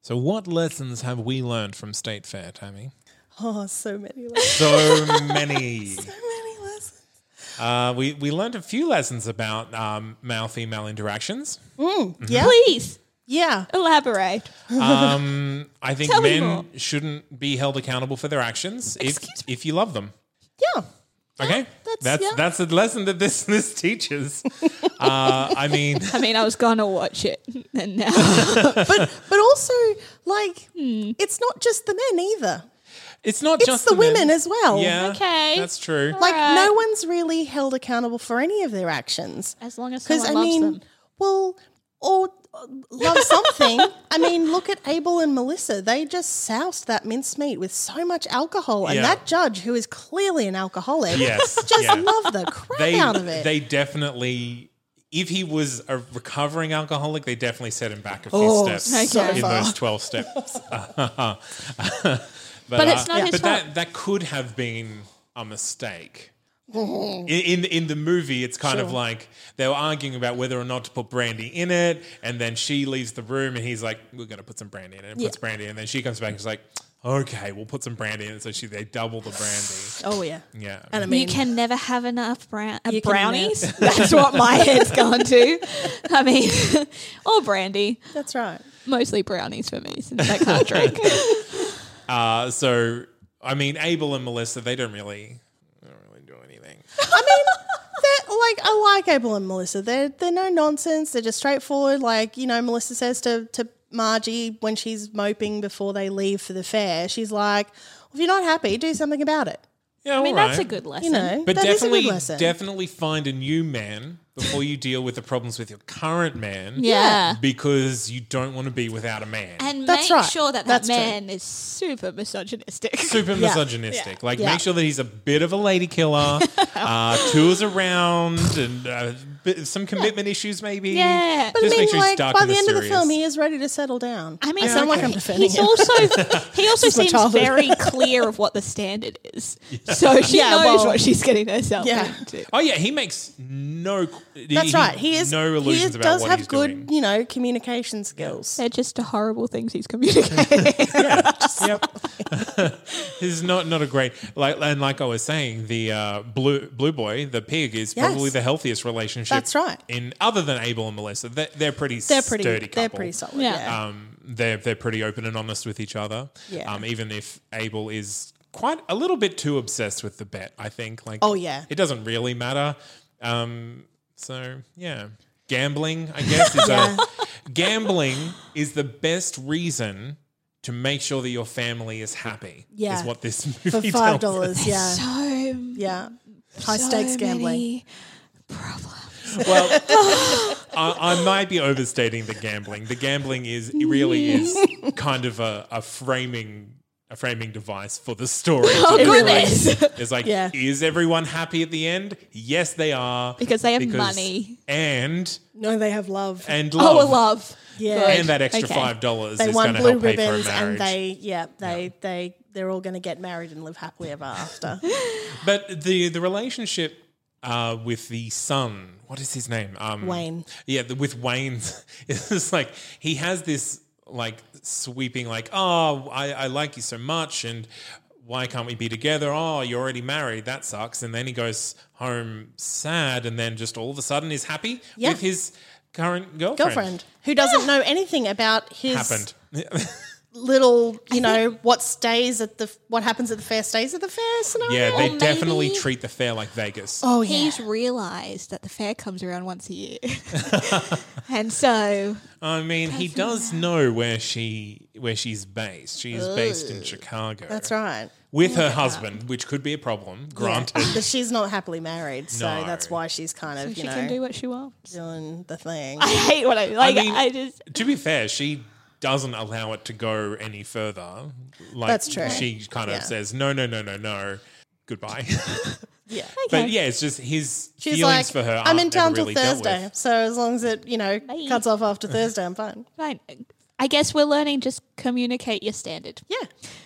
Speaker 1: So, what lessons have we learned from State Fair, Tammy?
Speaker 4: Oh, so many lessons.
Speaker 1: So many.
Speaker 4: so many lessons.
Speaker 1: Uh, we, we learned a few lessons about um, male female interactions. Mhm.
Speaker 4: Yeah.
Speaker 3: Please
Speaker 4: Yeah.
Speaker 3: elaborate.
Speaker 1: Um, I think
Speaker 3: Tell me more.
Speaker 1: men shouldn't be held accountable for their actions if if you love them.
Speaker 4: Yeah.
Speaker 1: Okay,
Speaker 3: that's-
Speaker 1: that's
Speaker 3: yeah.
Speaker 1: that's a lesson that this this teaches. uh, I mean,
Speaker 3: I mean, I was going to watch it. And now.
Speaker 4: But but also like
Speaker 1: Hmm.
Speaker 4: it's not just the men either.
Speaker 1: it's not
Speaker 4: It's
Speaker 1: just
Speaker 4: the
Speaker 1: men.
Speaker 4: women as well.
Speaker 1: Yeah,
Speaker 3: Okay.
Speaker 1: that's true.
Speaker 4: Like
Speaker 3: Right.
Speaker 4: no one's really held accountable for any of their actions.
Speaker 3: as long as
Speaker 4: Because I
Speaker 3: someone
Speaker 4: mean,
Speaker 3: loves them.
Speaker 4: well, or uh, love something. I mean, look at Abel and Melissa. They just soused that mincemeat with so much alcohol, and
Speaker 1: Yeah.
Speaker 4: that judge, who is clearly an alcoholic,
Speaker 1: Yes,
Speaker 4: just
Speaker 1: yeah.
Speaker 4: loved the crap
Speaker 1: they
Speaker 4: out of it.
Speaker 1: they definitely. If he was a recovering alcoholic, they definitely set him back a few steps
Speaker 3: Oh, so
Speaker 1: in
Speaker 4: far.
Speaker 1: those twelve steps. but,
Speaker 3: But it's not his
Speaker 1: but
Speaker 3: fault.
Speaker 1: that that could have been a mistake.
Speaker 3: Mm-hmm.
Speaker 1: In, in in the movie, it's kind of like they were arguing about whether or not to put brandy in it, and then she leaves the room, and he's like, "We're going to put some brandy in it." And puts brandy, in, and then she comes back and is like, "Okay, we'll put some brandy in it." So she they double the brandy.
Speaker 4: oh yeah,
Speaker 1: Yeah,
Speaker 4: and I
Speaker 3: you
Speaker 4: mean,
Speaker 3: can never have enough brown uh,
Speaker 4: You can
Speaker 3: brownies. That's what my head's gone to. I mean, or brandy.
Speaker 4: that's right.
Speaker 3: Mostly brownies for me since I can't drink.
Speaker 1: Uh, so I mean, Abel and Melissa, they don't really, they don't really do anything.
Speaker 4: I mean, they're, like I like Abel and Melissa. They're they're no nonsense. They're just straightforward. Like you know, Melissa says to to Margie when she's moping before they leave for the fair, she's like, "If you're not happy, do something about it."
Speaker 1: Yeah,
Speaker 3: I mean,
Speaker 1: all
Speaker 3: that's a
Speaker 1: right.
Speaker 3: good lesson.
Speaker 4: You know,
Speaker 1: But
Speaker 4: that is a good
Speaker 1: definitely,
Speaker 4: lesson.
Speaker 1: definitely find a new man before you deal with the problems with your current man.
Speaker 3: Yeah.
Speaker 1: Because you don't want to be without a man.
Speaker 3: And
Speaker 4: That's
Speaker 3: make
Speaker 4: right.
Speaker 3: sure that that
Speaker 4: That's true.
Speaker 3: man is super misogynistic.
Speaker 1: Super
Speaker 4: Yeah.
Speaker 1: misogynistic. Like,
Speaker 4: Yeah.
Speaker 1: make sure that he's a bit of a lady killer, uh, tours around, and uh, bit- some commitment issues, maybe.
Speaker 3: Yeah. But
Speaker 4: I
Speaker 1: Just
Speaker 4: mean,
Speaker 1: make sure he's
Speaker 4: like,
Speaker 1: dark
Speaker 4: by
Speaker 1: and
Speaker 4: the end of the
Speaker 1: mysterious.
Speaker 4: film, he is ready to settle down.
Speaker 3: I mean,
Speaker 4: I sound like I'm
Speaker 3: he-
Speaker 4: defending
Speaker 3: he's
Speaker 4: him.
Speaker 3: also he also
Speaker 4: is my
Speaker 3: seems
Speaker 4: childhood.
Speaker 3: very clear of what the standard is, so she
Speaker 4: Yeah,
Speaker 3: knows
Speaker 4: well-
Speaker 3: what she's getting herself
Speaker 4: Yeah.
Speaker 3: into.
Speaker 1: Oh yeah, he makes no.
Speaker 4: That's right. He is.
Speaker 1: no illusions
Speaker 4: he
Speaker 1: about
Speaker 4: does
Speaker 1: what
Speaker 4: have
Speaker 1: he's
Speaker 4: good,
Speaker 1: doing.
Speaker 4: you know, communication skills.
Speaker 3: They're just the horrible things he's communicating.
Speaker 1: yep. this is not not a great like and like I was saying, the uh, blue blue boy, the pig, is
Speaker 4: Yes.
Speaker 1: probably the healthiest relationship.
Speaker 4: That's right.
Speaker 1: In other than Abel and Melissa, they're, they're pretty
Speaker 4: They're pretty.
Speaker 1: sturdy couple.
Speaker 4: They're pretty solid.
Speaker 3: Yeah.
Speaker 4: Yeah.
Speaker 1: Um, they're they're pretty open and honest with each other.
Speaker 4: Yeah.
Speaker 1: Um, even if Abel is quite a little bit too obsessed with the bet, I think. Like,
Speaker 4: Oh, yeah.
Speaker 1: it doesn't really matter. Um, so yeah, gambling, I guess, is a gambling is the best reason. To make sure that your family is happy,
Speaker 4: Yeah.
Speaker 1: is what this
Speaker 4: For
Speaker 1: movie
Speaker 4: five
Speaker 1: tells us.
Speaker 4: dollars. Yeah.
Speaker 3: so
Speaker 4: yeah. High
Speaker 3: so
Speaker 4: stakes gambling.
Speaker 3: many problems.
Speaker 1: Well, I, I might be overstating the gambling. The gambling is it really is kind of a, a framing a framing device for the story. Oh
Speaker 3: goodness.
Speaker 1: It's like,
Speaker 4: Yeah.
Speaker 1: is everyone happy at the end? Yes, they are
Speaker 3: Because they have money.
Speaker 1: and
Speaker 4: No, they have love.
Speaker 1: and
Speaker 3: Oh,
Speaker 1: love.
Speaker 3: a love.
Speaker 4: yeah.
Speaker 1: And that extra
Speaker 3: Okay.
Speaker 1: five dollars
Speaker 4: they
Speaker 1: is going
Speaker 4: won
Speaker 1: to
Speaker 4: blue
Speaker 1: help pay for a
Speaker 4: ribbons,
Speaker 1: marriage.
Speaker 4: and they, yeah, they, they, they're all going to get married and live happily ever after.
Speaker 1: But the the relationship uh, with the son, what is his name? Um,
Speaker 4: Wayne.
Speaker 1: Yeah, the, with Wayne, it's just like he has this like sweeping, like, oh, I, I like you so much, and why can't we be together? Oh, you're already married. That sucks. And then he goes home sad, and then just all of a sudden is happy
Speaker 4: Yeah.
Speaker 1: with his current girlfriend.
Speaker 4: Girlfriend who doesn't know anything about his
Speaker 1: happened.
Speaker 4: little, you know, what stays at the, what happens at the fair stays at the fair scenario.
Speaker 1: yeah, they
Speaker 3: maybe-
Speaker 1: definitely treat the fair like Vegas.
Speaker 4: Oh yeah.
Speaker 3: He's realised that the fair comes around once a year, and so
Speaker 1: I mean, he does know where she where she's based. She is based in Chicago.
Speaker 4: That's right.
Speaker 1: With her husband, which could be a problem. Granted,
Speaker 4: But she's not happily married, so
Speaker 1: No.
Speaker 4: that's why she's kind of,
Speaker 3: she
Speaker 4: you know,
Speaker 3: can do what she wants.
Speaker 4: doing the thing.
Speaker 3: I hate what I like. I,
Speaker 1: mean-
Speaker 3: just
Speaker 1: to be fair, she doesn't allow it to go any further. Like
Speaker 4: That's true.
Speaker 1: She kind of
Speaker 4: Yeah.
Speaker 1: says, "No, no, no, no, no." Goodbye.
Speaker 4: yeah.
Speaker 1: But yeah, it's just his
Speaker 4: She's
Speaker 1: feelings
Speaker 4: like,
Speaker 1: for her.
Speaker 4: I'm
Speaker 1: aren't
Speaker 4: in
Speaker 1: ever
Speaker 4: town
Speaker 1: really
Speaker 4: till
Speaker 1: dealt with.
Speaker 4: Thursday, so as long as it, you know, cuts off after Thursday, I'm fine.
Speaker 3: fine. I guess we're learning just communicate your standard.
Speaker 4: Yeah.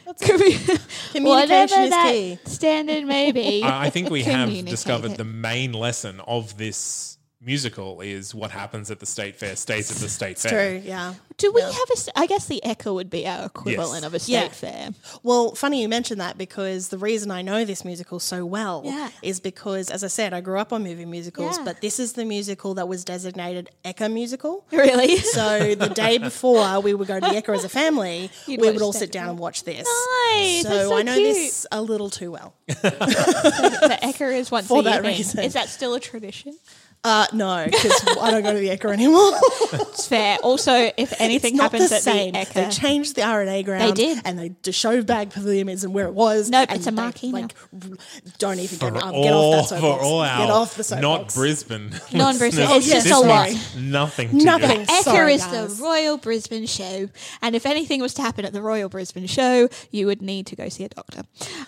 Speaker 4: That's it.
Speaker 3: Commu-
Speaker 4: Communication is
Speaker 3: that
Speaker 4: key.
Speaker 3: standard may be.
Speaker 1: I, I think we have
Speaker 3: Communicate
Speaker 1: discovered
Speaker 3: it.
Speaker 1: the main lesson of this musical is what happens at the state fair stays at the state fair.
Speaker 4: True, yeah.
Speaker 3: Do we have a? s- I guess the echo would be our equivalent
Speaker 1: Yes.
Speaker 3: of a state
Speaker 4: Yeah.
Speaker 3: fair.
Speaker 4: Well, funny you mention that because the reason I know this musical so well
Speaker 3: Yeah.
Speaker 4: is because, as I said, I grew up on movie musicals,
Speaker 3: Yeah.
Speaker 4: but this is the musical that was designated Eka musical.
Speaker 3: Really?
Speaker 4: So the day before we would go to the Eka as a family,
Speaker 3: You'd
Speaker 4: we
Speaker 3: watch
Speaker 4: would all
Speaker 3: that.
Speaker 4: sit down and watch this.
Speaker 3: Nice.
Speaker 4: So,
Speaker 3: That's so
Speaker 4: I know
Speaker 3: cute.
Speaker 4: this a little too well.
Speaker 3: the echo is once
Speaker 4: For
Speaker 3: a year
Speaker 4: that
Speaker 3: thing.
Speaker 4: reason.
Speaker 3: Is that still a tradition?
Speaker 4: Uh, no, because I don't go to the Eka anymore.
Speaker 3: It's fair. Also, if anything
Speaker 4: Not
Speaker 3: happens
Speaker 4: the
Speaker 3: at
Speaker 4: same.
Speaker 3: the
Speaker 4: they
Speaker 3: echo,
Speaker 4: changed the RNA ground.
Speaker 3: They did.
Speaker 4: and they just showed back pavilions and where it was.
Speaker 3: Nope,
Speaker 4: and
Speaker 3: it's a
Speaker 4: they,
Speaker 3: marquee now.
Speaker 4: Like, r- don't even
Speaker 1: For
Speaker 4: go. Um,
Speaker 1: all,
Speaker 4: get off that soapbox.
Speaker 1: for all our
Speaker 4: get off the
Speaker 1: not
Speaker 4: soapbox.
Speaker 1: Brisbane,
Speaker 3: Non-Brisbane.
Speaker 1: listeners,
Speaker 3: It's just
Speaker 1: this
Speaker 3: a
Speaker 1: means
Speaker 4: lie.
Speaker 1: Nothing. To
Speaker 4: Nothing.
Speaker 1: You.
Speaker 3: Echo
Speaker 4: Sorry,
Speaker 3: is
Speaker 4: guys.
Speaker 3: the Royal Brisbane Show, and if anything was to happen at the Royal Brisbane Show, you would need to go see a doctor.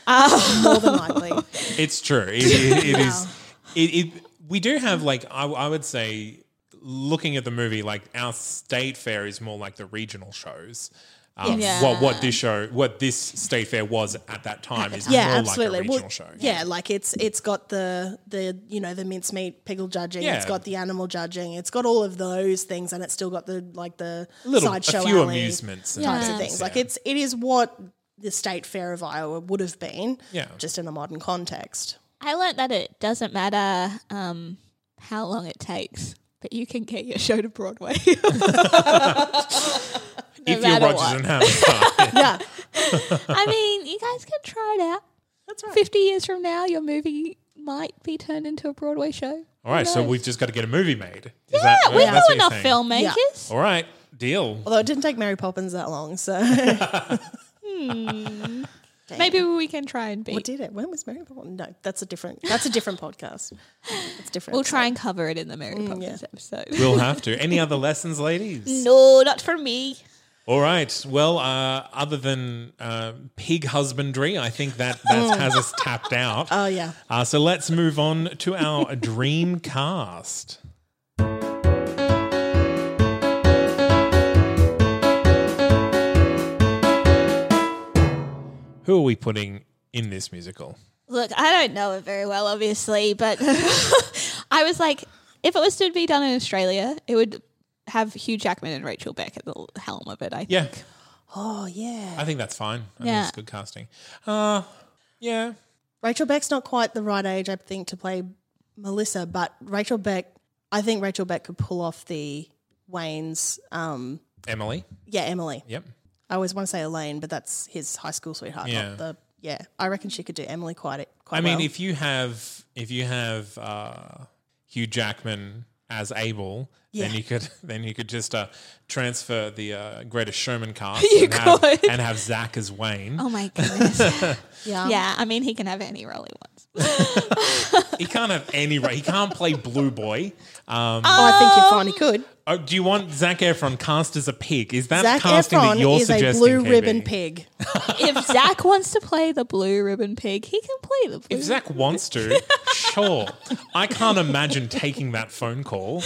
Speaker 3: Uh,
Speaker 4: More than likely.
Speaker 1: It's true. It, it, it is. It, it. We do have like I, I would say, looking at the movie, like our state fair is more like the regional shows. Um,
Speaker 3: Yes.
Speaker 1: What what this show, what this state fair was at that time is
Speaker 4: Yeah,
Speaker 1: more
Speaker 4: absolutely.
Speaker 1: like a
Speaker 4: Well,
Speaker 1: regional show.
Speaker 4: Yeah, like it's it's got the the you know the mincemeat pickle judging.
Speaker 1: Yeah.
Speaker 4: It's got the animal judging. It's got all of those things, and it's still got the like the
Speaker 1: little
Speaker 4: sideshow
Speaker 1: a few
Speaker 4: alley
Speaker 1: amusements and
Speaker 4: types of things. Like
Speaker 1: yeah.
Speaker 4: it's it is what the state fair of Iowa would have been.
Speaker 1: Yeah.
Speaker 4: just in a modern context.
Speaker 3: I learnt that it doesn't matter um, how long it takes, but you can get your show to Broadway. no
Speaker 1: if you're
Speaker 3: matter
Speaker 1: Rogers
Speaker 3: what.
Speaker 1: and Hammerstein.
Speaker 4: Yeah,
Speaker 3: I mean, you guys can try it out.
Speaker 4: that's right.
Speaker 3: 50 years from now, your movie might be turned into a Broadway show.
Speaker 1: All right, so
Speaker 3: knows?
Speaker 1: we've just got to get a movie made. Is
Speaker 3: Yeah,
Speaker 1: that-
Speaker 3: we
Speaker 1: that's what
Speaker 3: know
Speaker 1: you're
Speaker 3: enough
Speaker 1: saying?
Speaker 3: filmmakers.
Speaker 1: All right, deal.
Speaker 4: Although it didn't take Mary Poppins that long, so.
Speaker 3: Maybe we can try and
Speaker 4: What
Speaker 3: beat.
Speaker 4: did it? When was Mary Poppins? No, that's a different. That's a different podcast. It's different.
Speaker 3: We'll try and cover it Mm, in the Mary Poppins episode.
Speaker 1: We'll have to. Any other lessons, ladies?
Speaker 3: no, not for me.
Speaker 1: All right. Well, uh, other than uh, pig husbandry, I think that that has us tapped out.
Speaker 4: Mm. Oh yeah.
Speaker 1: Uh, so let's move on to our dream cast. Who are we putting in this musical?
Speaker 3: Look, I don't know it very well, obviously, but I was like, if it was to be done in Australia, it would have Hugh Jackman and Rachel Beck at the helm of it. I think.
Speaker 1: Yeah,
Speaker 4: Oh yeah.
Speaker 1: I think that's fine. I think
Speaker 3: Yeah.
Speaker 1: it's good casting. Uh, yeah.
Speaker 4: Rachel Beck's not quite the right age, I think, to play Melissa, but Rachel Beck. I think Rachel Beck could pull off the Wayne's. Um,
Speaker 1: Emily.
Speaker 4: yeah, Emily.
Speaker 1: Yep.
Speaker 4: I always want to say Elaine, but that's his high school sweetheart.
Speaker 1: Yeah.
Speaker 4: Not the, yeah. I reckon she could do Emily quite. quite
Speaker 1: I mean,
Speaker 4: well.
Speaker 1: if you have if you have uh, Hugh Jackman as Abel, then
Speaker 4: Yeah.
Speaker 1: you could then you could just uh, transfer the uh, Greatest Showman cast and, have,
Speaker 3: could.
Speaker 1: and have Zach as Wayne.
Speaker 3: Oh my goodness.
Speaker 4: yeah.
Speaker 3: yeah, I mean, he can have any role he wants.
Speaker 1: He can't have any. ra- He can't play Blue Boy. Um,
Speaker 4: Oh, I think you finally could.
Speaker 1: oh, do you want Zach Efron cast as a pig? Is that
Speaker 4: Zach
Speaker 1: casting that you're
Speaker 4: Efron is a
Speaker 1: suggesting?
Speaker 4: blue
Speaker 1: KB?
Speaker 4: ribbon pig.
Speaker 3: if Zach wants to play the blue ribbon pig, he can play the blue.
Speaker 1: If Zach wants to, sure. I can't imagine taking that phone call.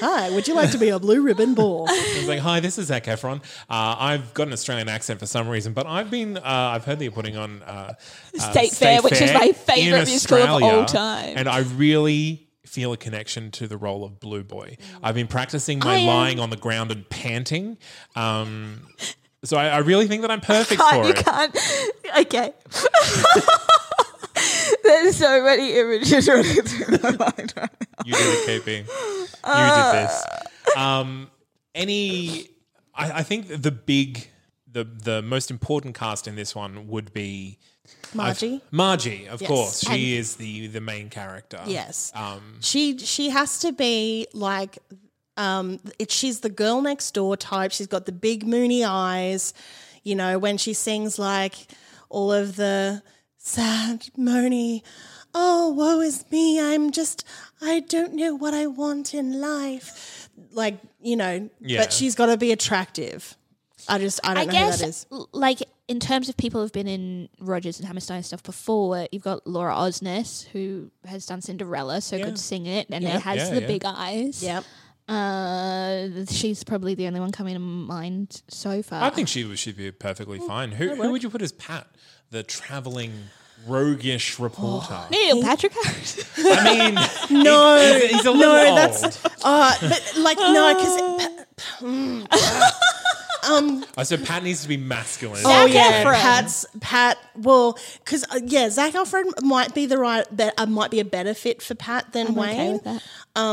Speaker 4: Hi, would you like to be a blue ribbon ball?
Speaker 1: It's like, hi, this is Zac Efron. Uh, I've got an Australian accent for some reason, but I've been, uh, I've heard that you're putting on uh, uh,
Speaker 3: State Fair, which is my favourite
Speaker 1: in
Speaker 3: musical of all
Speaker 1: Australia,
Speaker 3: time.
Speaker 1: And I really feel a connection to the role of Blue Boy. I've been practicing my
Speaker 3: Mm. I am-
Speaker 1: lying on the ground and panting. Um, so I, I really think that I'm perfect for
Speaker 5: you
Speaker 1: it.
Speaker 5: can't. Okay. There's so many images running through my mind. Right now.
Speaker 1: You did it, KP. You
Speaker 3: Uh,
Speaker 1: did this. Um, any, I, I think the big, the the most important cast in this one would be
Speaker 4: Margie.
Speaker 1: Margie, of
Speaker 4: Yes.
Speaker 1: course, she
Speaker 4: And-
Speaker 1: is the the main character.
Speaker 4: Yes.
Speaker 1: Um,
Speaker 4: She she has to be like um it, she's the girl next door type. She's got the big moony eyes. You know, when she sings like all of the sad moany, oh woe is me, I'm just I don't know what I want in life. Like, you know,
Speaker 1: Yeah.
Speaker 4: but she's got to be attractive. I just I don't
Speaker 3: I
Speaker 4: know who that is.
Speaker 3: guess, l- like in terms of people who've been in Rogers and Hammerstein stuff before, you've got Laura Osnes who has done Cinderella, so could sing it, and it has
Speaker 1: Yeah,
Speaker 3: the
Speaker 1: yeah.
Speaker 3: big eyes.
Speaker 4: Yep.
Speaker 3: Uh, she's probably the only one coming to mind so far.
Speaker 1: I think she would- she'd be perfectly fine. Who who would you put as Pat, the traveling roguish reporter?
Speaker 3: Neil Patrick Harris.
Speaker 1: I mean,
Speaker 4: No,
Speaker 1: he's, he's a little
Speaker 4: no,
Speaker 1: old.
Speaker 4: that's uh, but like no, because
Speaker 1: I said Pat needs to be masculine.
Speaker 4: Oh
Speaker 3: Zac
Speaker 4: yeah,
Speaker 3: Efron.
Speaker 4: Pat's Pat. Well, because uh, yeah, Zach Efron might be the right, be, uh, might be a better fit for Pat than Wayne.
Speaker 3: with that.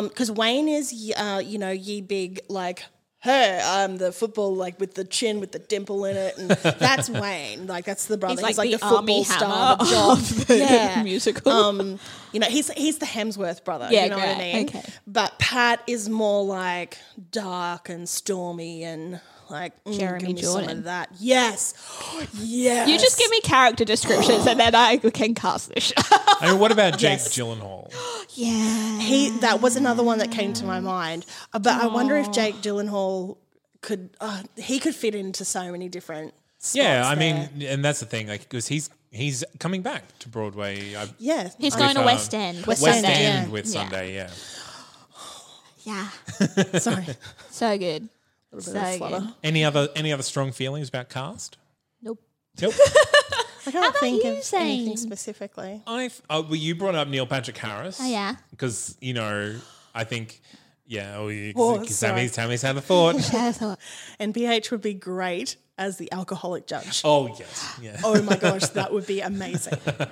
Speaker 4: because Wayne is, y- uh, you know, ye big like. Hey, I'm the football like with the chin with the dimple in it, and that's Wayne. Like that's the brother. He's like, the, football
Speaker 3: army
Speaker 4: star.
Speaker 3: hammer
Speaker 4: the job.
Speaker 3: of the
Speaker 4: Yeah.
Speaker 3: musical.
Speaker 4: Um, you know, he's he's the Hemsworth brother.
Speaker 3: Yeah,
Speaker 4: you know what I
Speaker 3: great.
Speaker 4: mean.
Speaker 3: Okay.
Speaker 4: But Pat is more like dark and stormy and like mm,
Speaker 3: Jeremy
Speaker 4: give me some of
Speaker 3: Jordan.
Speaker 4: that yes, yes.
Speaker 3: you just give me character descriptions, and then I can cast this. show.
Speaker 1: I mean, what about Jake
Speaker 4: Yes.
Speaker 1: Gyllenhaal?
Speaker 3: yeah.
Speaker 4: He that was another one that came to my mind. Uh, But I wonder if Jake Gyllenhaal could uh, he could fit into so many different. Spots
Speaker 1: Yeah, I
Speaker 4: there.
Speaker 1: mean, and that's the thing, like because he's he's coming back to Broadway. I,
Speaker 4: yeah,
Speaker 3: He's
Speaker 4: I-
Speaker 3: going to
Speaker 1: um,
Speaker 3: West End.
Speaker 4: West
Speaker 1: West
Speaker 4: Sunday,
Speaker 1: End
Speaker 4: yeah.
Speaker 1: with Sunday, yeah.
Speaker 3: Yeah.
Speaker 4: sorry,
Speaker 3: So good.
Speaker 4: little bit of
Speaker 3: So
Speaker 4: flutter.
Speaker 3: good.
Speaker 1: Any other any other strong feelings about cast?
Speaker 3: Nope.
Speaker 1: Nope.
Speaker 4: I can't think of anything
Speaker 3: Zane?
Speaker 4: specifically.
Speaker 1: I uh, well, you brought up Neil Patrick Harris.
Speaker 3: Oh, yeah.
Speaker 1: because you know, I think, yeah. Oh, you,
Speaker 4: Oh, sorry.
Speaker 1: Sammy's Tammy's had a thought.
Speaker 3: I thought
Speaker 4: NBH would be great as the alcoholic judge. Oh,
Speaker 1: oh yes, yeah.
Speaker 4: my gosh, that would be amazing. The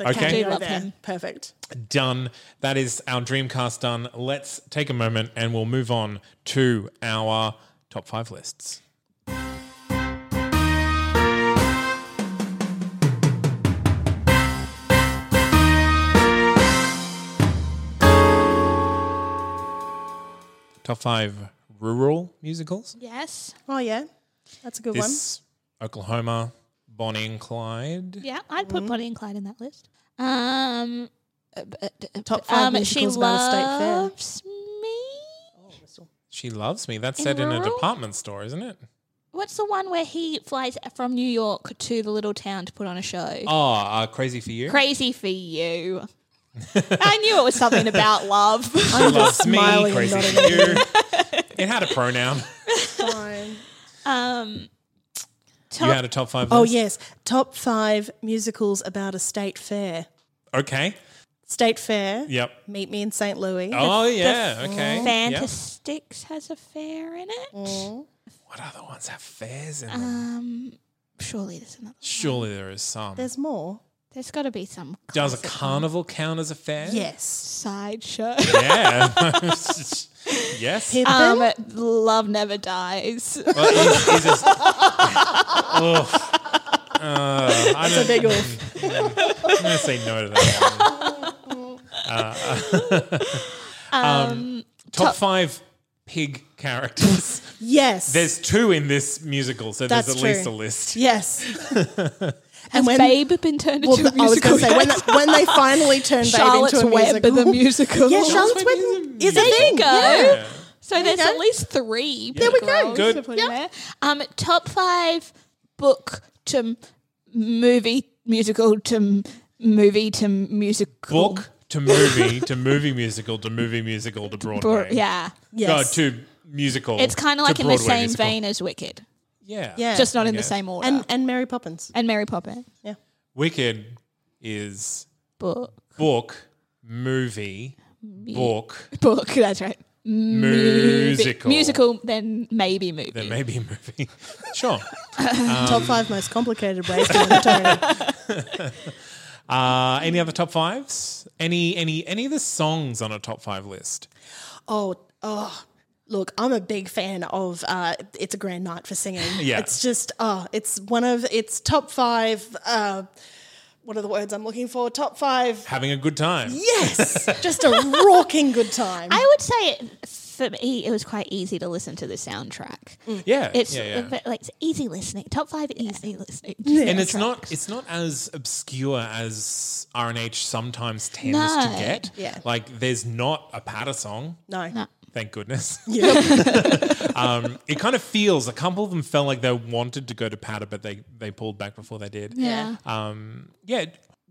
Speaker 1: Okay.
Speaker 4: cameo
Speaker 3: love
Speaker 4: there.
Speaker 3: him.
Speaker 4: Perfect.
Speaker 1: Done. That is our Dreamcast done. Let's take a moment and we'll move on to our top five lists. Top five rural musicals.
Speaker 3: yes.
Speaker 4: Oh yeah, that's a good one.
Speaker 1: This Oklahoma Bonnie and Clyde.
Speaker 3: Yeah, I'd put Bonnie and Clyde in that list. Um, uh, b- uh, d- uh,
Speaker 4: Top
Speaker 3: b-
Speaker 4: five
Speaker 3: um, she
Speaker 4: musicals about a state fair.
Speaker 3: loves me.
Speaker 1: She loves me. That's
Speaker 3: In
Speaker 1: said in a
Speaker 3: rural?
Speaker 1: department store, isn't it?
Speaker 3: What's the one where he flies from New York to the little town to put on a show?
Speaker 1: Oh, uh, crazy for you.
Speaker 3: Crazy for you. I knew it was something about love.
Speaker 1: she loves me.
Speaker 4: smiling and
Speaker 1: Crazy
Speaker 4: nodding
Speaker 1: for you. it had a pronoun.
Speaker 4: Fine.
Speaker 3: um, top,
Speaker 1: You had a top five.
Speaker 4: Oh
Speaker 1: list?
Speaker 4: yes, top five musicals about a state fair.
Speaker 1: Okay.
Speaker 4: State fair.
Speaker 1: Yep.
Speaker 4: Meet me in St. Louis.
Speaker 1: Oh yeah. Okay. Yep.
Speaker 3: Fantastics has a fair in it.
Speaker 1: What other ones have fairs in them?
Speaker 4: Uh,
Speaker 3: Um, surely there's another.
Speaker 1: Surely there is some.
Speaker 4: There's more.
Speaker 3: There's got to be some
Speaker 1: Does a carnival count as a fair?
Speaker 4: Yes.
Speaker 3: sideshow.
Speaker 1: Yeah. yes.
Speaker 4: Pippin.
Speaker 3: Um, love never dies.
Speaker 1: Well, he's- he's just- Oof. Uh, I don't-
Speaker 4: big oof.
Speaker 1: Mm, I'm going to say no to that. one. Uh, um, top, five pig characters.
Speaker 4: yes.
Speaker 1: There's two in this musical, so
Speaker 4: That's
Speaker 1: there's at least a
Speaker 4: true.
Speaker 1: list.
Speaker 4: yes.
Speaker 3: Has Babe been turned
Speaker 4: well,
Speaker 3: into a
Speaker 4: I was
Speaker 3: musical?
Speaker 4: going to say when,
Speaker 3: yet?
Speaker 4: when they finally turn Babe
Speaker 3: Charlotte's
Speaker 4: into a
Speaker 3: Web,
Speaker 4: musical.
Speaker 3: the musical.
Speaker 4: Yeah,
Speaker 3: There
Speaker 4: Charlotte's Web is a
Speaker 3: you
Speaker 4: thing.
Speaker 3: go.
Speaker 4: Yeah.
Speaker 3: So there's
Speaker 4: you go.
Speaker 3: at least three.
Speaker 1: There we
Speaker 3: big
Speaker 1: go.
Speaker 3: roles
Speaker 1: Good.
Speaker 3: to put in there. Um, top five book to m- movie musical to m- movie to musical
Speaker 1: Book to movie to movie musical to movie musical to
Speaker 3: Bro-
Speaker 1: Broadway.
Speaker 3: yeah,
Speaker 1: God,
Speaker 4: Yes.
Speaker 1: to musical.
Speaker 3: it's kind
Speaker 1: to
Speaker 3: of like in the
Speaker 1: Broadway
Speaker 3: same
Speaker 1: musical.
Speaker 3: vein as Wicked,
Speaker 1: Yeah.
Speaker 4: Yeah.
Speaker 3: just not in the
Speaker 1: Yeah.
Speaker 3: same order.
Speaker 4: and
Speaker 3: And,
Speaker 4: and Mary Poppins.
Speaker 3: Mary Poppins
Speaker 4: Yeah.
Speaker 1: Wicked is
Speaker 3: book
Speaker 1: book, movie, book,
Speaker 3: book. That's right. Movie-
Speaker 1: musical.
Speaker 3: musical, then maybe movie.
Speaker 1: There may be a movie. Sure.
Speaker 4: Top five most complicated ways to entertain.
Speaker 1: Uh, any other top fives? Any any any of the songs on a top five list?
Speaker 4: oh, oh. Look, I'm a big fan of uh, "It's a Grand Night for Singing."
Speaker 1: Yeah.
Speaker 4: it's just oh, it's one of its top five. Uh, what are the words I'm looking for? Top five.
Speaker 1: Having a good time.
Speaker 4: Yes, just a rocking good time.
Speaker 3: I would say it- for me, it was quite easy to listen to the soundtrack.
Speaker 1: Yeah.
Speaker 3: It's
Speaker 1: Mm. yeah, yeah.
Speaker 3: but, like it's easy listening. Top five easy listening.
Speaker 1: and it's not it's not as obscure as RNH sometimes tends to
Speaker 3: No.
Speaker 1: get.
Speaker 4: Yeah.
Speaker 1: Like there's not a patter song.
Speaker 4: no,
Speaker 1: Thank goodness. um, it kind of feels a couple of them felt like they wanted to go to patter, but they they pulled back before they did.
Speaker 3: Yeah.
Speaker 1: Um, yeah.